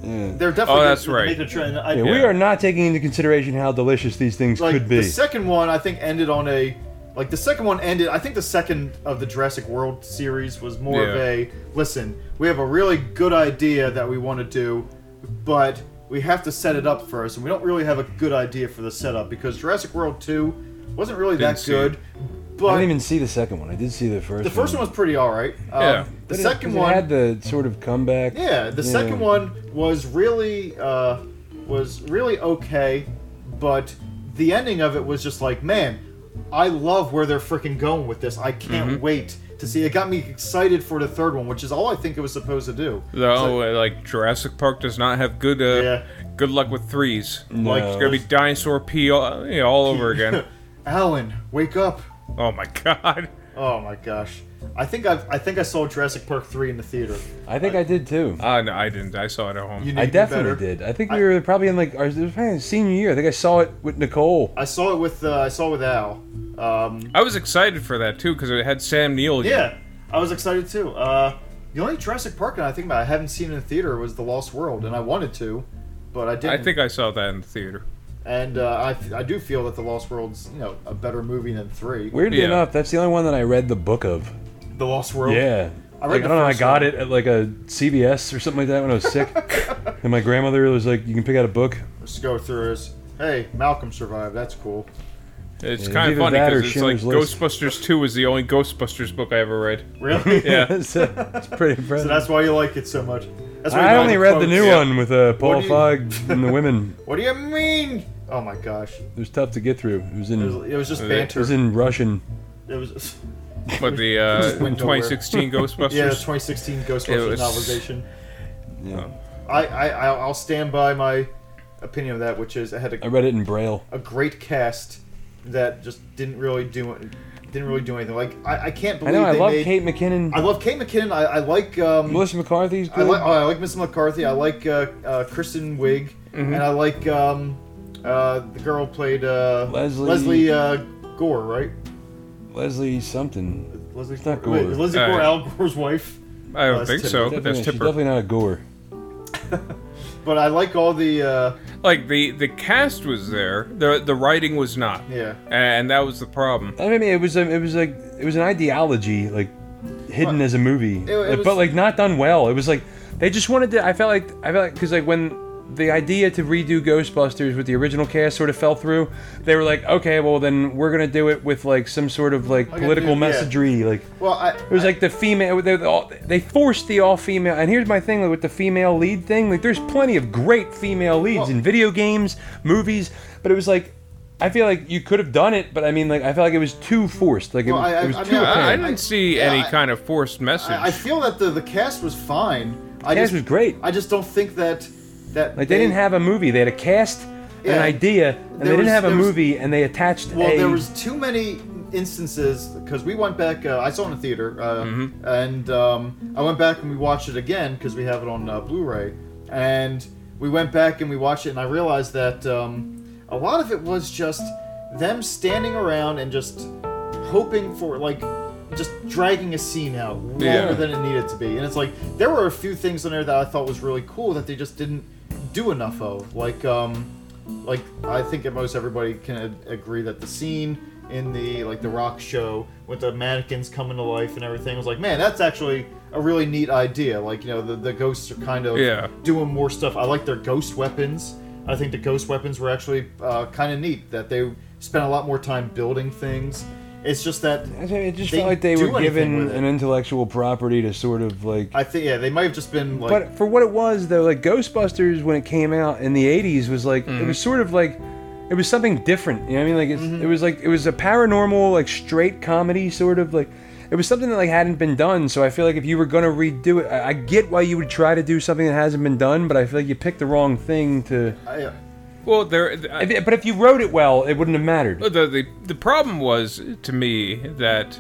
they're definitely. Oh, gonna- that's right. Making a trend. I, Yeah, we are not taking into consideration how delicious these things like could be. the second one. I think ended on a like the second one ended. I think the second of the Jurassic World series was more of Yeah. a listen. We have a really good idea that we want to do, but we have to set it up first, and we don't really have a good idea for the setup because Jurassic World Two wasn't really Didn't that see good. it. I But didn't even see the second one. I did see the first. the first one was pretty all right. Um, Yeah. The But it- second 'cause it one had the sort of comeback. Yeah, the second one was really uh, was really okay, but the ending of it was just like, man, I love where they're freaking going with this. I can't Mm-hmm. wait to see. It got me excited for the third one, which is all I think it was supposed to do. Though uh, like Jurassic Park does not have good uh, good luck with threes. Like, It's gonna be dinosaur pee all, you know, all over again. Alan, wake up! oh my god. Oh my gosh, I think I've I think I saw Jurassic Park three in the theater. I think I did too. Uh, no, I didn't. I saw it at home. You need I me definitely better. did. I think we were probably in like our it was probably senior year. I think I saw it with Nicole. I saw it with uh, I saw it with Al. Um, I was excited for that too because it had Sam Neill. again. Yeah, I was excited too. Uh, the only Jurassic Park that I think about I haven't seen in the theater was The Lost World, and I wanted to, but I didn't. I think I saw that in the theater. And uh, I, I do feel that The Lost World's, you know, a better movie than three. Weirdly Yeah. enough, that's the only one that I read the book of. The Lost World. Yeah. I I, read like, the I don't know. I first got one. it at like a CVS or something like that when I was sick, and my grandmother was like, "You can pick out a book." Let's go through this. Hey, Malcolm survived. That's cool. It's Yeah, kind of either funny that or because it's like Schindler's List. Ghostbusters 2 is the only Ghostbusters book I ever read. Really? Yeah. so, it's pretty So impressive. that's why you like it so much. That's why you I like only read the quotes. new yeah. one with uh, Paul do you- Fogg and the women. What do you mean? Oh my gosh. It was tough to get through. It was in It was, it was just Okay. it banter. was in Russian. It was But the uh, Went nowhere. 2016 Ghostbusters. yeah, the 2016 Ghostbusters was- novelization. Yeah. I, I I'll I'll stand by my opinion of that, which is it had I a, read it in Braille. a great cast that just didn't really do didn't really do anything. Like I, I can't I believe know. I they love made- Kate McKinnon. I love Kate McKinnon. I, I like um, Melissa McCarthy's I good. like oh, I like Miss McCarthy. I like uh, uh, Kristen Wiig, Mm-hmm. and I like um, uh, the girl who played uh, Leslie- Leslie uh, Gore, right? Leslie something. Leslie It's not Gore. Wait, Gore. Leslie Uh, Gore, Al Gore's wife. I don't That's think Tipper. so. Definitely, That's she's Tipper. definitely not a gore. But I like all the uh, Like the the cast was there. The the writing was not. yeah. And that was the problem. I mean, it was um, it was like it was an ideology like hidden Well, as a movie, it was- but like not done well. It was like they just wanted to. I felt like I felt like because like when the idea to redo Ghostbusters with the original cast sort of fell through, they were like, okay, well then we're gonna do it with like some sort of like Like a political new- yeah. messagery, like. Well, I, It was like the female. They, they forced the all female. And here's my thing with the female lead thing. Like, there's plenty of great female leads Well- in video games, movies, but it was like, I feel like you could have done it, but I mean, like, I felt like it was too forced. Like, it, Well, I- I- it was I too mean, I, I apparent. didn't see Yeah, any I- kind of forced message. I, I feel that the the cast was fine. I Cast just, was great. I just don't think that that like, they, didn't have a movie. They had a cast, Yeah. an idea, and There they didn't was- have a there was- movie, and they attached Well, a. there was too many instances because we went back. Uh, I saw it in the theater, uh, and um, I went back and we watched it again because we have it on uh, Blu-ray. And we went back and we watched it, and I realized that um, a lot of it was just them standing around and just hoping for like just dragging a scene out longer Yeah. than it needed to be. And it's like there were a few things in there that I thought was really cool that they just didn't do enough of, like. Um, like I think that most everybody can ad- agree that the scene in the like the rock show with the mannequins coming to life and everything was like, man, that's actually a really neat idea. Like you know the, the ghosts are kind of Yeah. doing more stuff. I like their ghost weapons. I think the ghost weapons were actually uh, kind of neat that they spent a lot more time building things. It's just that I mean, it just they felt like they do were anything given with it. an intellectual property to sort of like I think yeah they might have just been like but for what it was though like ghostbusters when it came out in the 80s was like Mm-hmm. it was sort of like it was something different you know what i mean like it's, it was like it was a paranormal like straight comedy sort of like it was something that like hadn't been done so i feel like if you were gonna redo it i, I get why you would try to do something that hasn't been done but i feel like you picked the wrong thing to I- well, there. I- if, but if you wrote it well it wouldn't have mattered the, the the problem was to me that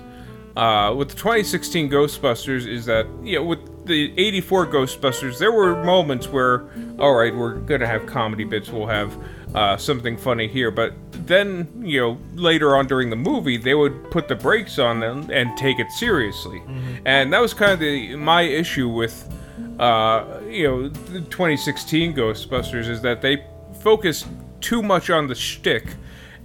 uh, with the 2016 Ghostbusters is that you know with the 84 Ghostbusters there were moments where all right we're gonna have comedy bits we'll have uh, something funny here but then you know later on during the movie they would put the brakes on them and take it seriously and that was kind of the my issue with uh, you know the 2016 Ghostbusters is that they focused too much on the shtick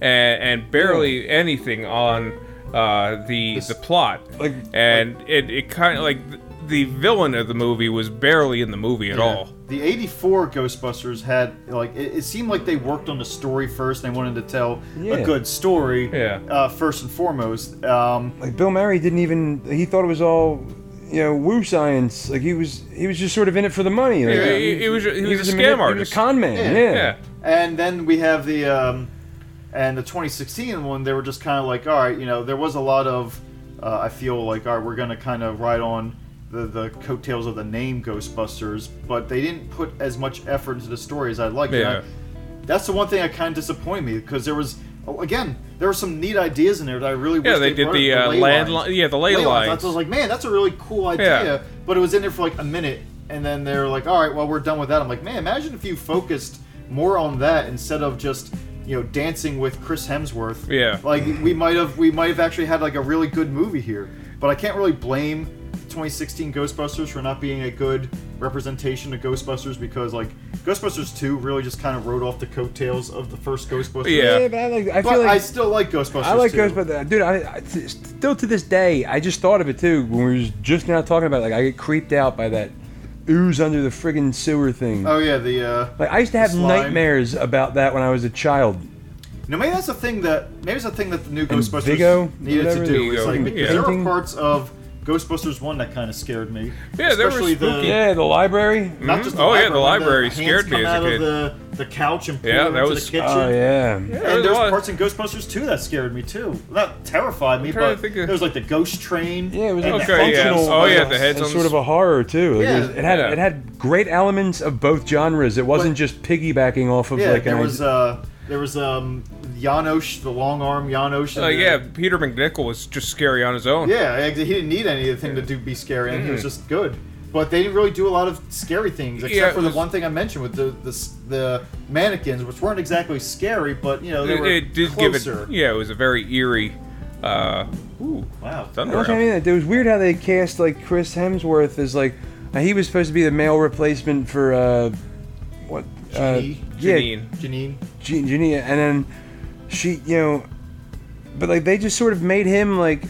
and, and barely anything on uh, the the plot. like- and it, it kind of like th- the villain of the movie was barely in the movie at all. The 84 Ghostbusters had, like, it, it seemed like they worked on the story first. They wanted to tell a Yeah. good story, Yeah. uh, first and foremost. Um, like Bill Murray didn't even he thought it was all you know woo science like he was he was just sort of in it for the money like, Yeah, he- he was- he was a scam manip- he was artist. a con man Yeah. yeah, Yeah, and then we have the, um, and the 2016 one, they were just kind of like, all right, you know, there was a lot of, uh, I feel like, all right, we're going to kind of ride on the, the coattails of the name Ghostbusters, but they didn't put as much effort into the story as I'd like. And I- Yeah. that's the one thing that kind of disappointed me because there was, oh, again, there were some neat ideas in there that I really wish yeah. They did brought the, in, uh, ley land, lines. li- yeah, the ley, ley lines. lines. I was like, man, that's a really cool idea. Yeah. But it was in there for like a minute, and then they're like, all right, well, we're done with that. I'm like, man, imagine if you focused more on that instead of just you know dancing with Chris Hemsworth. Yeah. Like we might have we might have actually had like a really good movie here, but I can't really blame. 2016 Ghostbusters for not being a good representation of Ghostbusters because like Ghostbusters 2 really just kind of rode off the coattails of the first Ghostbusters. Yeah. but I like. I But I, feel like still like Ghostbusters. I like 2. Ghostbusters, dude. I, I t- still to this day, I just thought of it too when we were just now talking about. It. Like, I get creeped out by that ooze under the friggin' sewer thing. Oh yeah, the uh, like, I used to have slime. nightmares about that when I was a child. Now maybe that's the thing that maybe it's the thing that the new Ghostbusters Vigo, needed whatever. to do. It's Vigo, like because yeah. there were Painting. parts of Ghostbusters one that kind of scared me. Yeah, they were Especially spooky. The, Yeah, the library. not just the Oh, yeah, the when library hands scared me come as a out kid. Of the, the couch and Yeah, yeah, that into was- the kitchen. Oh yeah. There And there's was. parts in Ghostbusters 2 that scared me too. That terrified me, trying to but think of- there was like the ghost train. Yeah, it was and like the Okay, yeah. functional- Oh, yeah, the heads and on sort the of a horror too. Like, Yeah, it, was- it had yeah. it had great elements of both genres. It wasn't But- just piggybacking off of Yeah, like there an was idea- uh, there was um, Janosch, the long arm Janosch. and Like, the- Uh, yeah, Peter McNichol was just scary on his own. Yeah, ex- he didn't need anything to do be scary, and he was just good. But they didn't really do a lot of scary things, except Mm. Yeah, it for the was- one thing I mentioned with the the, s- the mannequins, which weren't exactly scary, but you know they It, were it did closer. give it. Yeah, it was a very eerie. Uh, ooh, Wow. thunder. That's what I mean. It was weird how they cast like Chris Hemsworth as like uh, he was supposed to be the male replacement for uh, what? Uh, Janine. yeah, Janine. Janine. Jean- Janine, and then she, you know, but like they just sort of made him like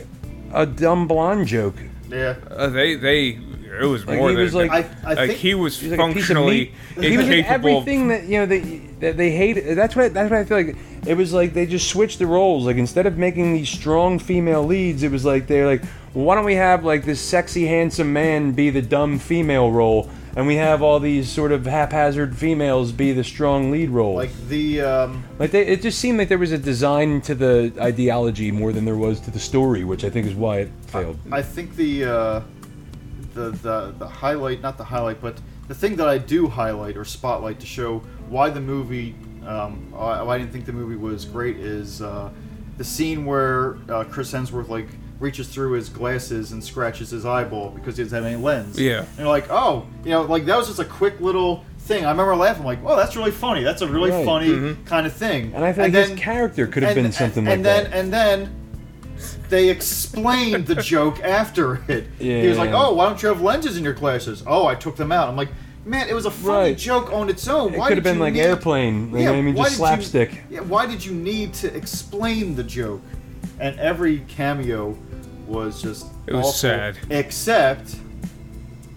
a dumb blonde joke. Yeah. Uh, they they it was Like, more he than was, like- I, I like think he was He's like a piece of functionally meat. He was like incapable. of- everything that you know they that they hate. That's what that's what I feel like. It was like they just switched the roles. Like instead of making these strong female leads, it was like they're like, why don't we have like this sexy handsome man be the dumb female role, and we have all these sort of haphazard females be the strong lead role. Like, like the um, they, it just seemed like there was a design to the ideology more than there was to the story, which I think is why it failed. I think the uh, the the the highlight, not the highlight, but the thing that I do highlight or spotlight to show why the movie, um, uh, why I didn't think the movie was great is uh, the scene where uh, Chris Hemsworth like reaches through his glasses and scratches his eyeball because he doesn't have any lens. Yeah. and you're like, oh, you know, like that was just a quick little thing. I remember laughing like, oh, that's really funny. That's a really Right. funny kind of thing. And I feel like his character could have And- been something and, like and that. then, And then they explained the joke after it. He was like, Yeah. "Oh, why don't you have lenses in your glasses?" Oh, I took them out. I'm like, man, it was a funny Right. joke on its own. It why could have did been you like need- airplane. Like, I mean, why just did you- slapstick. yeah, why did you need to explain the joke? And every cameo was just It was awful, sad. except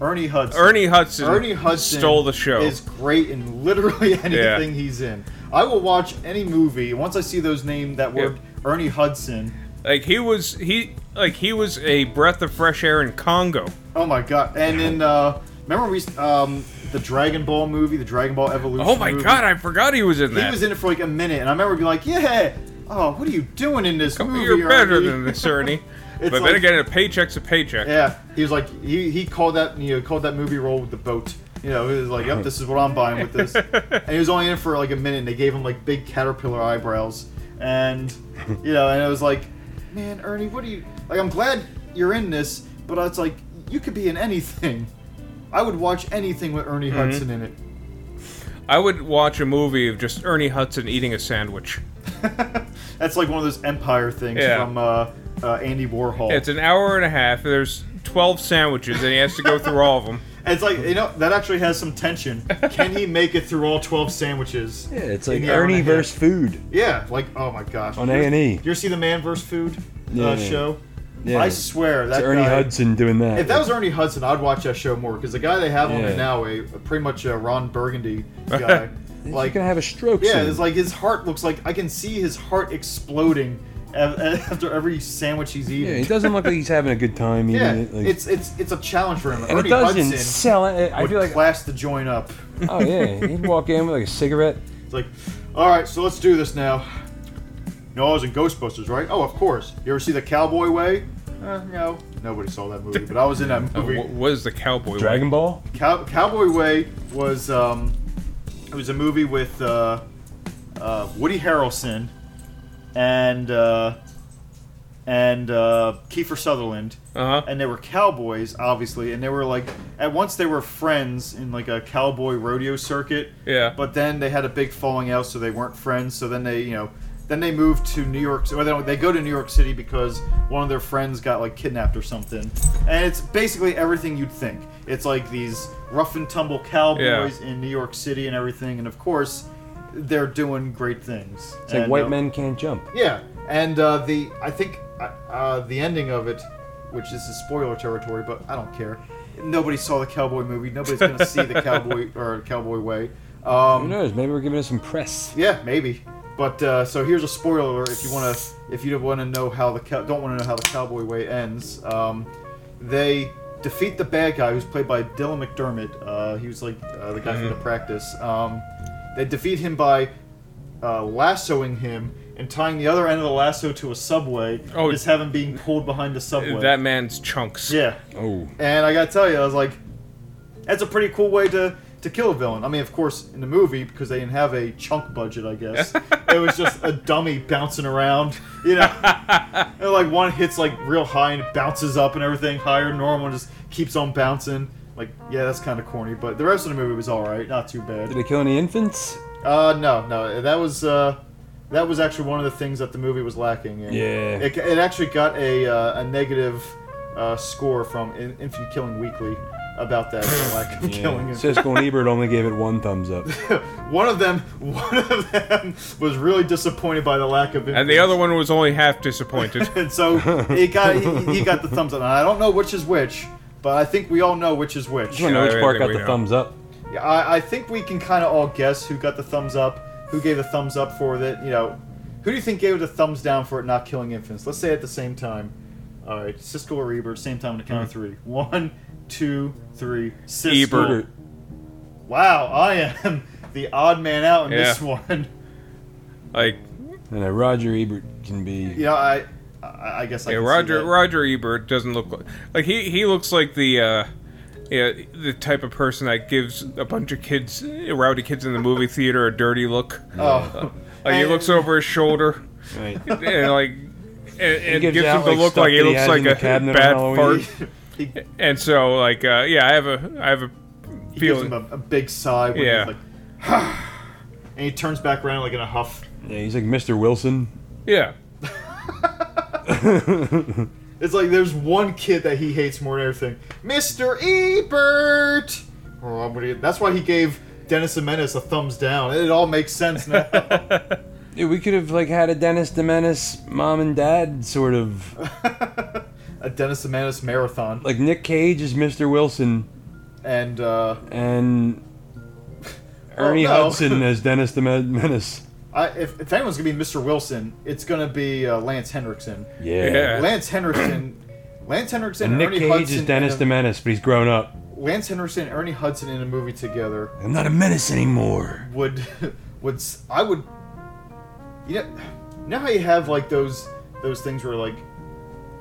Ernie Hudson. Ernie Hudson. Ernie Hudson stole the show. Is great in literally anything he's in. I will watch any movie once I see those named that word Ernie Hudson. like he was he like he was a breath of fresh air in Congo. Oh my god! And in uh, remember we um the Dragon Ball movie, the Dragon Ball Evolution. Oh my movie? god, I forgot he was in he that. was in it for like a minute, and I remember being like, "Yeah, oh, what are you doing in this movie?" You're better Ernie?" than this, Ernie. It's but then like- again, a paycheck's a paycheck. Yeah, he was like, he, he called that you know called that movie roll with the boat. You know, he was like, "Yep, this is what I'm buying with this." and he was only in for like a minute. and They gave him like big caterpillar eyebrows, and you know, and it was like, "Man, Ernie, what are you like?" I'm glad you're in this, but it's like you could be in anything. I would watch anything with Mm-hmm. Ernie Hudson in it. I would watch a movie of just Ernie Hudson eating a sandwich. That's like one of those Empire things Yeah. from uh, uh, Andy Warhol. It's an hour and a half. There's 12 sandwiches, and he has to go through all of them. It's like you know that actually has some tension. Can he make it through all twelve sandwiches? Yeah, it's in like the hour and a Ernie half? versus food. Yeah, like oh my gosh. On You ever- A&E. You ever see the Man vs. Food uh, Yeah. show? Yeah, I it's swear that Ernie guy- Hudson doing that. If that was Ernie Hudson, I'd watch that show more because the guy they have on Yeah. it now, a, a pretty much a Ron Burgundy guy, like, like gonna have a stroke. yeah, soon. it's like his heart looks like I can see his heart exploding a- a- after every sandwich he's yeah, eating. he doesn't look like he's having a good time. Yeah, eating it, like, it's it's it's a challenge for him. and it Ernie doesn't Hudson sell it. I would feel like class the joint up. oh yeah, he'd walk in with like a cigarette. It's like, all right, so let's do this now. No, I was in Ghostbusters, right? Oh, of course. You ever see the Cowboy Way? Uh, no, nobody saw that movie, but I was in that Uh, movie. wh- what is the cowboy? like? Dragon Ball. Cow- Cowboy Way was um, it was a movie with uh, uh, Woody Harrelson and uh, and uh, Kiefer Sutherland, Uh-huh. and they were cowboys, obviously, and they were like at once they were friends in like a cowboy rodeo circuit, Yeah. But then they had a big falling out, so they weren't friends. So then they, you know, Then they move to New York. Ci- Or they, don't- they go to New York City because one of their friends got like kidnapped or something. And it's basically everything you'd think. It's like these rough and tumble cowboys in New York City and everything. And of course, they're doing great things. It's like And, white uh, men can't jump. Yeah, and uh, the I think uh, uh, the ending of it, which this is spoiler territory, but I don't care. Nobody saw the cowboy movie. Nobody's gonna see the cowboy or cowboy way. Who Um, knows? Maybe we're giving us some press. yeah, maybe. But uh, so here's a spoiler alert if you want to if you want to know how the cow- don't want to know how the cowboy way ends. Um, they defeat the bad guy who's played by Dylan McDermott. Uh, he was like uh, the guy from the practice. Um, they defeat him by uh, lassoing him and tying the other end of the lasso to a subway. Oh. Oh, just have him being pulled behind the subway. That man's chunks. yeah, Oh, and I gotta tell you, I was like, that's a pretty cool way to to kill a villain. I mean, of course, in the movie because they didn't have a chunk budget, I guess it was just a dummy bouncing around, you know. and like one hits like real high and bounces up and everything higher. than Normal and just keeps on bouncing. Like, yeah, that's kind of corny, but the rest of the movie was all right, not too bad. did they kill any infants? Uh, no, no, that was uh, that was actually one of the things that the movie was lacking. In. Yeah. it, it actually got a uh, a negative uh, score from in- Infant Killing Weekly about that the lack of killing. Yeah. infant- Siskel and Ebert only gave it one thumbs up. one of them, one of them was really disappointed by the lack of. And the other one was only half disappointed. and so he got he, he got the thumbs up. And I don't know which is which, but I think we all know which is which. I don't know which Yeah, I part think got we the know. thumbs up. Yeah, I, I think we can kind of all guess who got the thumbs up, who gave the thumbs up for that. You know, who do you think gave it a thumbs down for it not killing infants? Let's say at the same time. All right, Siskel or Ebert, same time on the count of three. One, two, three. Siskel. Ebert. Wow, I am the odd man out in this Yeah. one. Like And uh, Roger Ebert can be. You know, I, I, I guess I. yeah, can see Roger that. Roger Ebert doesn't look like, like he he looks like the uh, yeah, the type of person that gives a bunch of kids rowdy kids in the movie theater a dirty look. Oh. Like he And- looks over his shoulder Right. and like and, and gives gives him out, the like, look stuff like he that he looks has like in the a cabinet on bad Halloween. fart. he, he And so like uh, yeah, I have a I have a gives feeling him a, a big sigh. When Yeah. He's like, and he turns back around like in a huff. Yeah, he's like Mr. Wilson. yeah. It's like there's one kid that he hates more than everything, Mr. Ebert. Oh, I'm gonna- that's why he gave Dennis and Menace a thumbs down. It all makes sense now. Yeah, we could have like had a Dennis the Menace mom and dad sort of a Dennis and Menace marathon, like Nick Cage is Mr. Wilson and uh, and Ernie Oh, no. Hudson as Dennis the Men- Menace. I, if, if anyone's gonna be Mr. Wilson, it's gonna be uh, Lance Henriksen. Yeah. Lance Henriksen, Lance Henriksen, And Nick Ernie Cage Hudson, is Dennis the and, Menace, but he's grown up. Lance Henriksen and Ernie Hudson in a movie together I'm not a menace anymore. would would s- I would you know you know how you have like those those things where like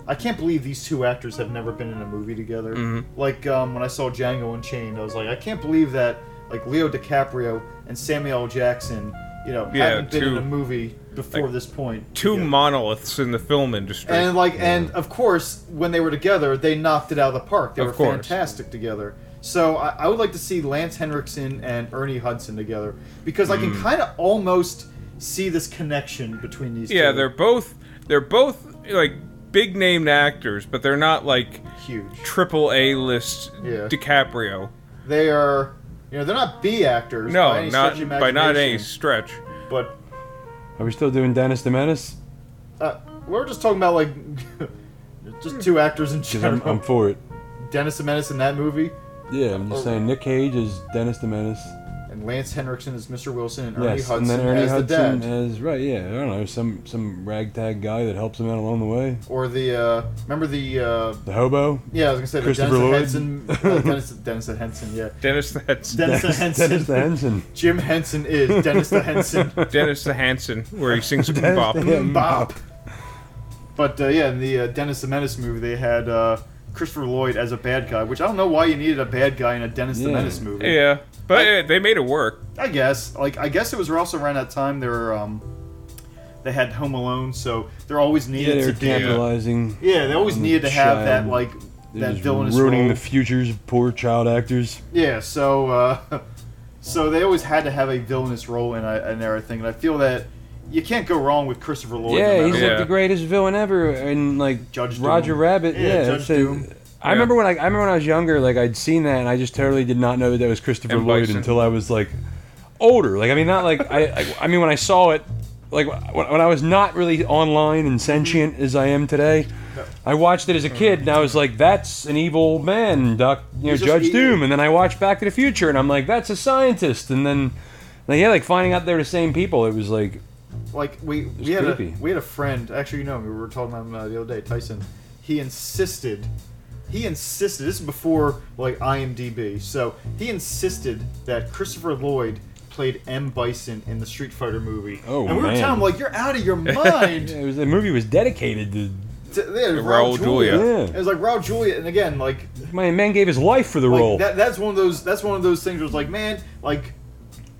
I can't believe these two actors have never been in a movie together. Mm-hmm. Like um, when I saw Django Unchained, I was like, I can't believe that like Leo DiCaprio and Samuel L. Jackson, you know, Yeah, haven't been in two- a movie before like, this point. Two together. monoliths in the film industry. And like, and of course, when they were together, they knocked it out of the park. They Of were course. fantastic together. So I, I would like to see Lance Henriksen and Ernie Hudson together because I can Mm. kind of almost see this connection between these. yeah, two. they're both they're both like big named actors, but they're not like huge. triple A list Yeah. DiCaprio. They are, you know, they're not B actors. No, by any stretch of not by not any imagination, stretch. But Are we still doing Dennis the Menace? uh, we we're just talking about like just two actors in Because general. I'm, I'm for it. Dennis and Menace in that movie, Yeah, I'm just saying Nick Cage is Dennis the Menace. and Lance Henriksen is Mr. Wilson, and Ernie Yes, Hudson and then Ernie as Hudson the dad. as right. Yeah, I don't know some some ragtag guy that helps him out along the way. or the uh, remember the uh, The hobo. Yeah, I was gonna say the Christopher Dennis Henson. Uh, Dennis, Dennis the Henson, yeah. Dennis the Henson. Dennis the Henson. Dennis the Henson. Jim Henson is Dennis the Henson. Mm, Dennis the Hanson, where he sings bop. Henson. Bop. But uh, yeah, in the uh, Dennis the Menace movie, they had uh, Christopher Lloyd as a bad guy, which I don't know why you needed a bad guy in a Dennis the Yeah. Menace movie. Yeah, but uh, they made it work. I guess, like, I guess it was also around that time they were, um, they had Home Alone, so they're always Yeah, needed they're to be. capitalizing. Yeah, they always on the needed to have that child. like They're that just villainous ruining role. the futures of poor child actors. Yeah, so uh, so they always had to have a villainous role in, a, in everything, uh, and I feel that you can't go wrong with Christopher Lloyd. yeah, no he's matter Yeah. like the greatest villain ever, and like Judge Roger Doom. Rabbit. Yeah, Yeah, Judge it's a- Doom. I Yeah. remember when I, I remember when I was younger, like I'd seen that, and I just totally did not know that that was Christopher And Lloyd Bison. until I was like older. Like I mean, not like I, I, I mean when I saw it, like when, when I was not really online and sentient as I am today. I watched it as a kid, and I was like, "That's an evil man, Doc, you know, He's just Judge evil. Doom." And then I watched Back to the Future, and I'm like, "That's a scientist." And then, like, yeah, like finding out they're the same people, it was like, like we we It's had creepy. a we had a friend actually you know we were talking about him uh, the other day Tyson he insisted he insisted this is before like IMDb so he insisted that Christopher Lloyd played M Bison in the Street Fighter movie Oh, and we were man. telling him like you're out of your mind it was the movie was dedicated to. to, they had Raul Raul Julia Julia. Yeah. it was like Raul Julia and again like My man gave his life for the like, role. That, that's one of those. That's one of those things. Where it's like, man, like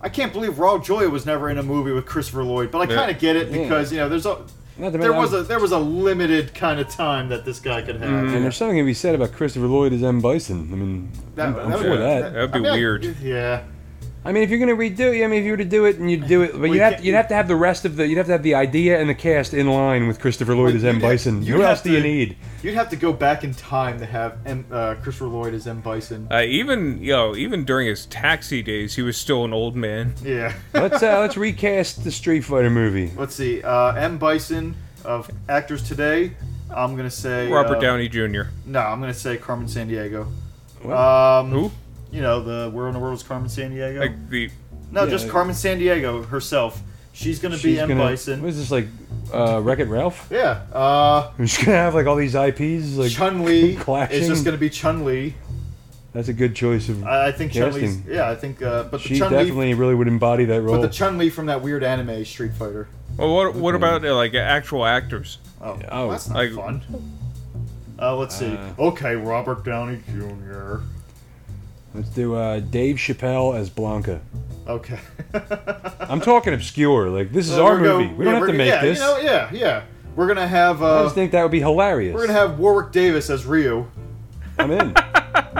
I can't believe Raul Julia was never in a movie with Christopher Lloyd, but I Yeah. kind of get it Yeah. because you know there's a Not to there mention- was a there was a limited kind of time that this guy could have. Mm-hmm. And there's something to be said about Christopher Lloyd as M. Bison. I mean, That- I'm, I'm that for would- that. That'd be I mean, I- weird. yeah, I mean, if you're gonna redo, it, I mean, if you were to do it and you do it, but Well, you'd you have can't- to, you'd have to have the rest of the you'd have to have the idea and the cast in line with Christopher Lloyd as M. you'd have- Bison. you'd What have else do you to- need? you'd have to go back in time to have M, uh, Christopher Lloyd as M Bison. Uh, even you know, even during his taxi days, he was still an old man. Yeah. Let's uh, let's recast the Street Fighter movie. Let's see. Uh, M Bison of actors today. I'm gonna say Robert uh, Downey Jr. No, I'm gonna say Carmen San Diego. What? Um, Who? You know the world in the world is Carmen San Diego. Like the No, Yeah. just Carmen San Diego herself. She's gonna be She's M gonna- Bison. What is this like? Uh, Wreck It Ralph? yeah. Uh, We're just gonna have like all these IPs. Like Chun Li clashing. is just gonna Uh, be Chun Li. that's a good choice of. I, I think Chun Li's. Casting. Yeah, I think. Uh, but the she Chun Li, definitely really would embody that but role. the Chun Li from that weird anime Street Fighter. well, what what about uh, like actual actors? Oh, Oh, that's not like- fun. Uh, let's see. Okay, Robert Downey Jr. Let's do uh, Dave Chappelle as Blanca. Okay. I'm talking obscure. Like this is Uh, our we're gonna- movie. we don't yeah, have to we're- make yeah, this. You know, yeah, yeah. We're gonna have. I Uh, just think that would be hilarious. we're gonna have Warwick Davis as Ryu. I'm in.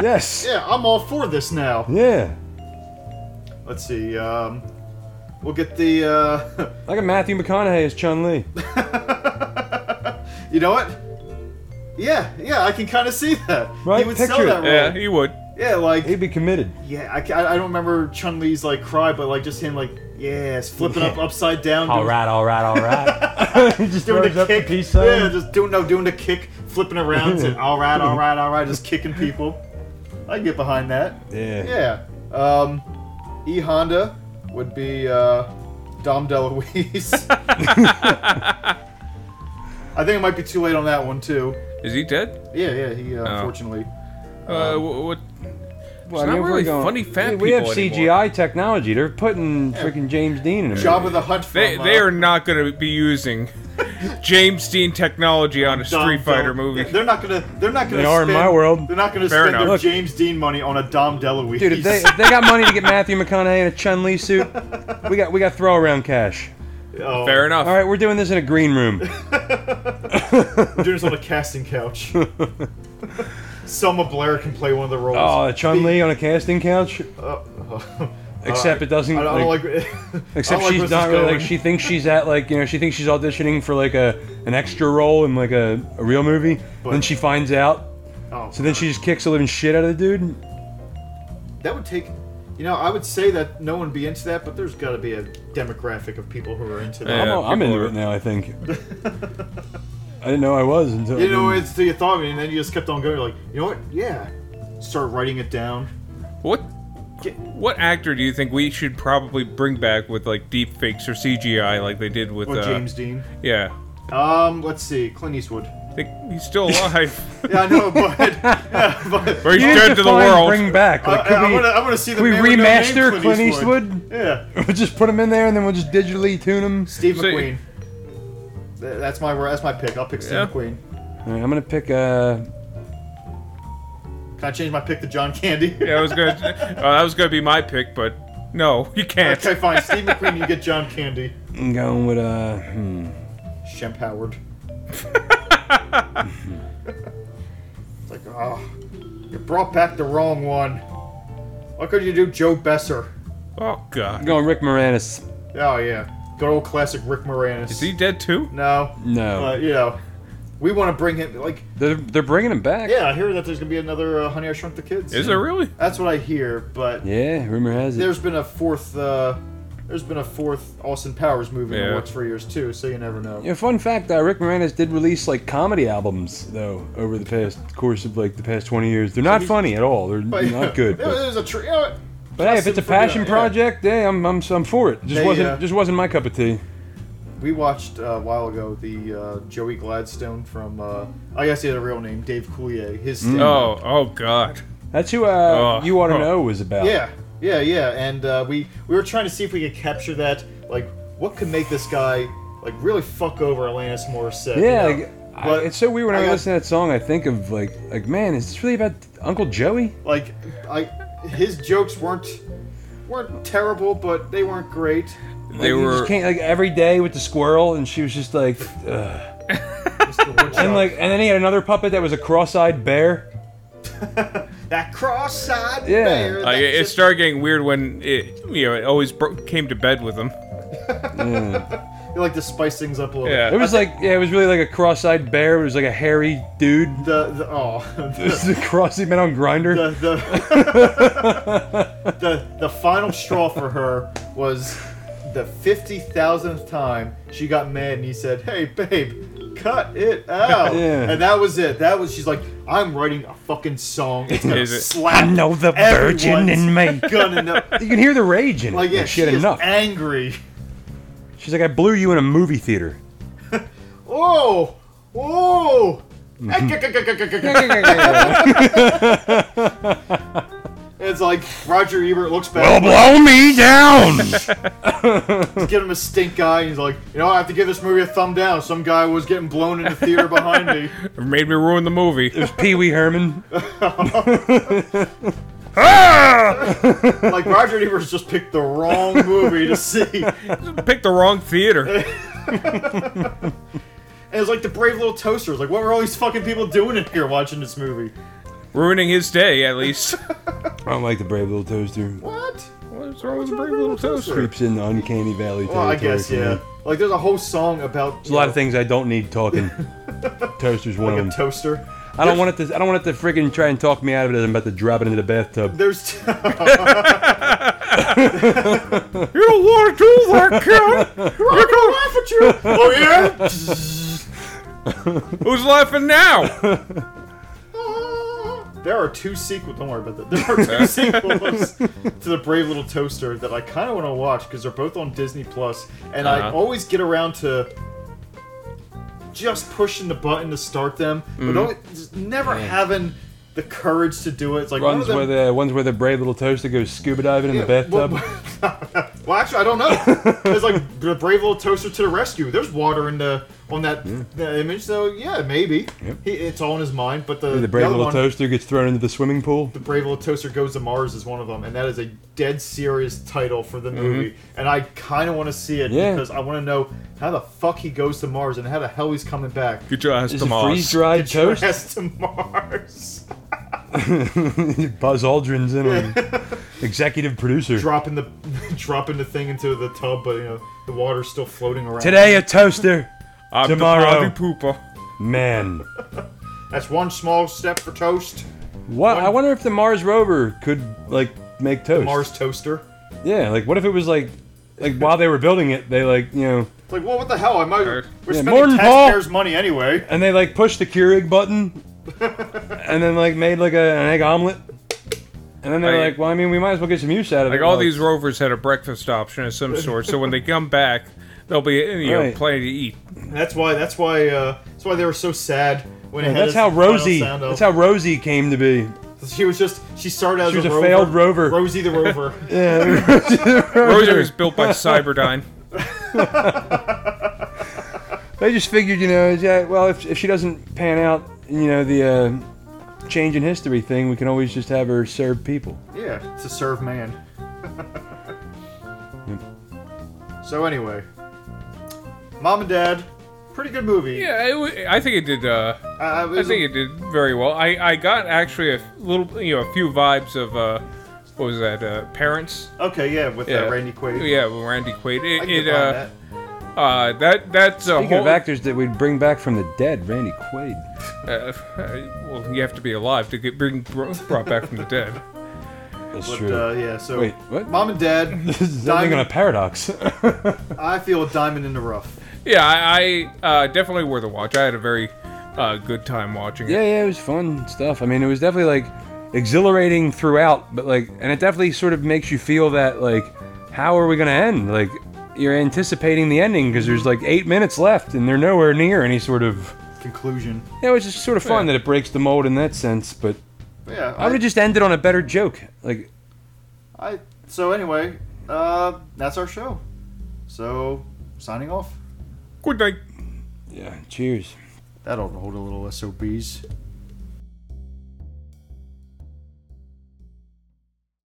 yes. Yeah, I'm all for this now. Yeah. Let's see. Um, we'll get the. Uh, Like a Matthew McConaughey as Chun Li. you know what? Yeah, yeah, I can kind of see that. Right, He would picture sell it. that Yeah, role. he would. Yeah, like He'd be committed. yeah, I, ca- I don't remember Chun Li's like cry, but like just him like yes, flipping up upside down. doing- all right, all right. he just Doing throws the up kick, the peace sign. yeah, just doing no, doing the kick, flipping around, and all right, all right, all right, just kicking people. I can get behind that. Yeah. Yeah. Um, E Honda would be uh, Dom DeLuise. I think it might be too late on that one too. Is he dead? Yeah, yeah. He uh, Oh. unfortunately. Uh, wh- what? Well, It's not if we're really funny fat we people have CGI technology. They're putting freaking James Dean in a Jabba movie. the Hutt. From, They uh, they are not going to be using James Dean technology on a uh, Dom Street Fighter Del- movie. They're not gonna. They're not gonna. They are in spend- my world. They're not gonna Fair spend their enough. James Dean money on a Dom DeLuise. Dude, if they, if they got money to get Matthew McConaughey in a Chun Li suit, we got we got throw around cash. oh, Fair enough. All right, we're doing this in a green room. we're doing this on a casting couch. Selma Blair can play one of the roles. Oh, Chun Li on a casting couch. Uh, Except it doesn't. I don't, I like- don't like. Except I don't like where she's this is not really going. like she thinks she's at like you know she thinks she's auditioning for like a an extra role in like a, a real movie. But- then she finds out, Oh, so then she just kicks the living shit out of the dude. That would take. You know, I would say that no one would be into that, but there's got to be a demographic of people who are into that. Yeah, I'm, I'm people into are- it now. I think. I didn't know I was until You know, it's till you thought of it, and then you just kept on going. You're like, you know what? Yeah. Start writing it down. What? Get- What actor do you think we should probably bring back with like deep fakes or CGI like they did with With uh, James Dean. Yeah, Um, let's see. Clint Eastwood. I think he's still alive. Yeah, I know, but. yeah, but uh, or he's You dead to the define world. Bring back. I, Like, could I, we, wanna, I wanna see the could we man with no name, remaster Clint Eastwood? Yeah. We'll just put him in there and then we'll just digitally tune him. Steve So- McQueen. Th- That's my that's my pick. I'll pick Steve Yeah. McQueen. All right, I'm gonna pick. Uh, Can I change my pick to John Candy? yeah, I was gonna. Uh, that was gonna be my pick, but no, you can't. okay, fine. Steve McQueen, you get John Candy. I'm going with uh. Hmm. Shemp Howard. it's like, oh, you brought back the wrong one. Why could you do Joe Besser? Oh God. I'm going Rick Moranis. Oh yeah, good old classic Rick Moranis. Is he dead too? No. No. But, you know, we want to bring him. Like, They're they're bringing him back. yeah, I hear that there's gonna be another uh, Honey I Shrunk the Kids. Is there really? That's what I hear. But Yeah, rumor has it. there's been a fourth. Uh, there's been a fourth Austin Powers movie in Yeah. the works for years too, so you never know. Yeah, fun fact: uh, Rick Moranis did release like comedy albums though over the past course of like the past 20 years. They're not funny at all. They're But, not good. It was, it But, was a tr- you know what? but hey, if Justin it's a for doing passion it, yeah. project, hey, I'm, I'm I'm for it. Just They, wasn't uh, just wasn't my cup of tea. We watched uh, a while ago the uh, Joey Gladstone from uh, I guess he had a real name, Dave Coulier. His Hmm. stand Oh, oh God. That's who uh, Oh, you ought to huh. know was about. Yeah, yeah, yeah. And uh, we we were trying to see if we could capture that, like what could make this guy like really fuck over Alanis Morissette. you Yeah, know? like, I- But it's so weird when I, I got- listen to that song. I think of like, like, man, is this really about Uncle Joey? like I his jokes weren't weren't terrible, but they weren't great. They Like, you were. just can't, like every day with the squirrel, and she was just like, Ugh. Mr. Woodchuck. and like, and then he had another puppet that was a cross-eyed bear. that cross-eyed Yeah. bear. Like, that uh, it, it just- started getting weird when it, you know, it always bro- came to bed with him. you like to spice things up a little. Yeah. It was like, yeah, it was really like a cross-eyed bear. but It was like a hairy dude. Bit. The the oh This is a cross he met on Grinder. the the- the the final straw for her was the fifty thousandth time she got mad and he said, "Hey, babe, cut it out." Yeah. And that was it. That was she's like, "I'm writing a fucking song. It's gonna Is it- slap." the Everyone's me. Gonna know. You can hear the rage in it. Like yeah, she had is enough. angry. She's like, I blew you in a movie theater. Oh, oh. Mm-hmm. it's like Roger Ebert looks back. blow me down. give him a stink eye, and he's like, you know, I have to give this movie a thumb down. Some guy was getting blown in the theater behind me. It made me ruin the movie. Pee Wee Herman. Like Roger Ebert's just picked the wrong movie to see. And Picked the wrong theater. it's like the brave little toaster. It's like, what were all these fucking people doing in here watching this movie? Ruining his day, at least. I don't like the brave little toaster. What? What's wrong with a brave little toaster? Creeps in the uncanny valley. Well, I territory guess for me. yeah. There's Like there's a whole song about a lot of things I don't need talking. Toaster's one like a of them. toaster. I don't want it to. I don't want it to freaking try and talk me out of it. as I'm about to drop it into the bathtub. There's You don't want to do that, kid. You're gonna laugh at you. oh yeah. Who's laughing now? There are two sequels. Don't worry about that. There are two sequels to the Brave Little Toaster that I kind of want to watch because they're both on Disney Plus, and I Uh-huh. always get around to just pushing the button to start them, Mm. but always, just never having the courage to do it. It's like one of One's them. where the one's where the brave little toaster goes scuba diving in the well, bathtub. well, actually, I don't know. It's like the brave little toaster to the rescue. There's water in the on that the image, so yeah, maybe Mm. Yep. he, it's all in his mind. But the, the brave other little one, toaster gets thrown into the swimming pool. The Brave Little Toaster Goes to Mars is one of them, and that is a dead serious title for the movie. And I kind of want to see it Mm-hmm. Yeah. because I want to know how the fuck he goes to Mars and how the hell he's coming back. Get your ass Is to it freeze Mars. dried Get your toast? ass to Mars. Buzz Aldrin's in on executive producer. dropping the dropping the thing into the tub, but you know the water's still floating around. Today a toaster, I'm Tomorrow. the potty pooper. man. that's one small step for toast. What? I wonder if the Mars rover could like make toast. Mars toaster. Yeah, like what if it was like, like while they were building it, they like you know, It's like, well, what the hell? I might. We're Alright. Yeah, spending Morton Paul. taxpayers' money anyway. and they like pushed the Keurig button, and then like made like a, an egg omelet, and then they're Like- like, well, I mean, we might as well get some use out of Like it. all these rovers had a breakfast option of some sort, so when they come back, there'll be you know Right. plenty to eat. And that's why. That's why. Uh, that's why they were so sad when it had That's its how final Rosie. sound That's out. how Rosie came to be. She was just. She started as She was a, a failed rover. Rosie the rover. Rosie was built by Cyberdyne. They just figured, you know, yeah, well, if, if she doesn't pan out, you know, the uh, change in history thing, we can always just have her serve people. Yeah, to serve man. so anyway, mom and dad, pretty good movie. Yeah, it wa- I think it did. Uh, I, I, I think it did very well. I, I got actually a f- little you know a few vibes of uh, what was that? Uh, Parents. okay, yeah, with Yeah, Uh, Randy Quaid. Yeah, with Randy Quaid. I It, can get it behind uh, that. Uh, that that's a Speaking whole. of actors that we'd bring back from the dead, Randy Quaid. uh, well, you have to be alive to get bring, brought back from the dead. That's But true. uh, yeah, so Wait, what? mom and dad, this is diamond, ending on a paradox. I feel a diamond in the rough. Yeah, I, I uh, definitely worth a watch. I had a very uh, good time watching Yeah, it. yeah, it was fun stuff. I mean, it was definitely like exhilarating throughout, but like, and it definitely sort of makes you feel that like, how are we gonna end? Like, you're anticipating the ending because there's like eight minutes left, and they're nowhere near any sort of. Conclusion. Yeah, it was just sort of fun Yeah. that it breaks the mold in that sense. But But yeah. I would have just ended on a better joke. Like, I so anyway, uh, that's our show. So signing off. Good night. yeah, cheers. That'll hold a little SOBs.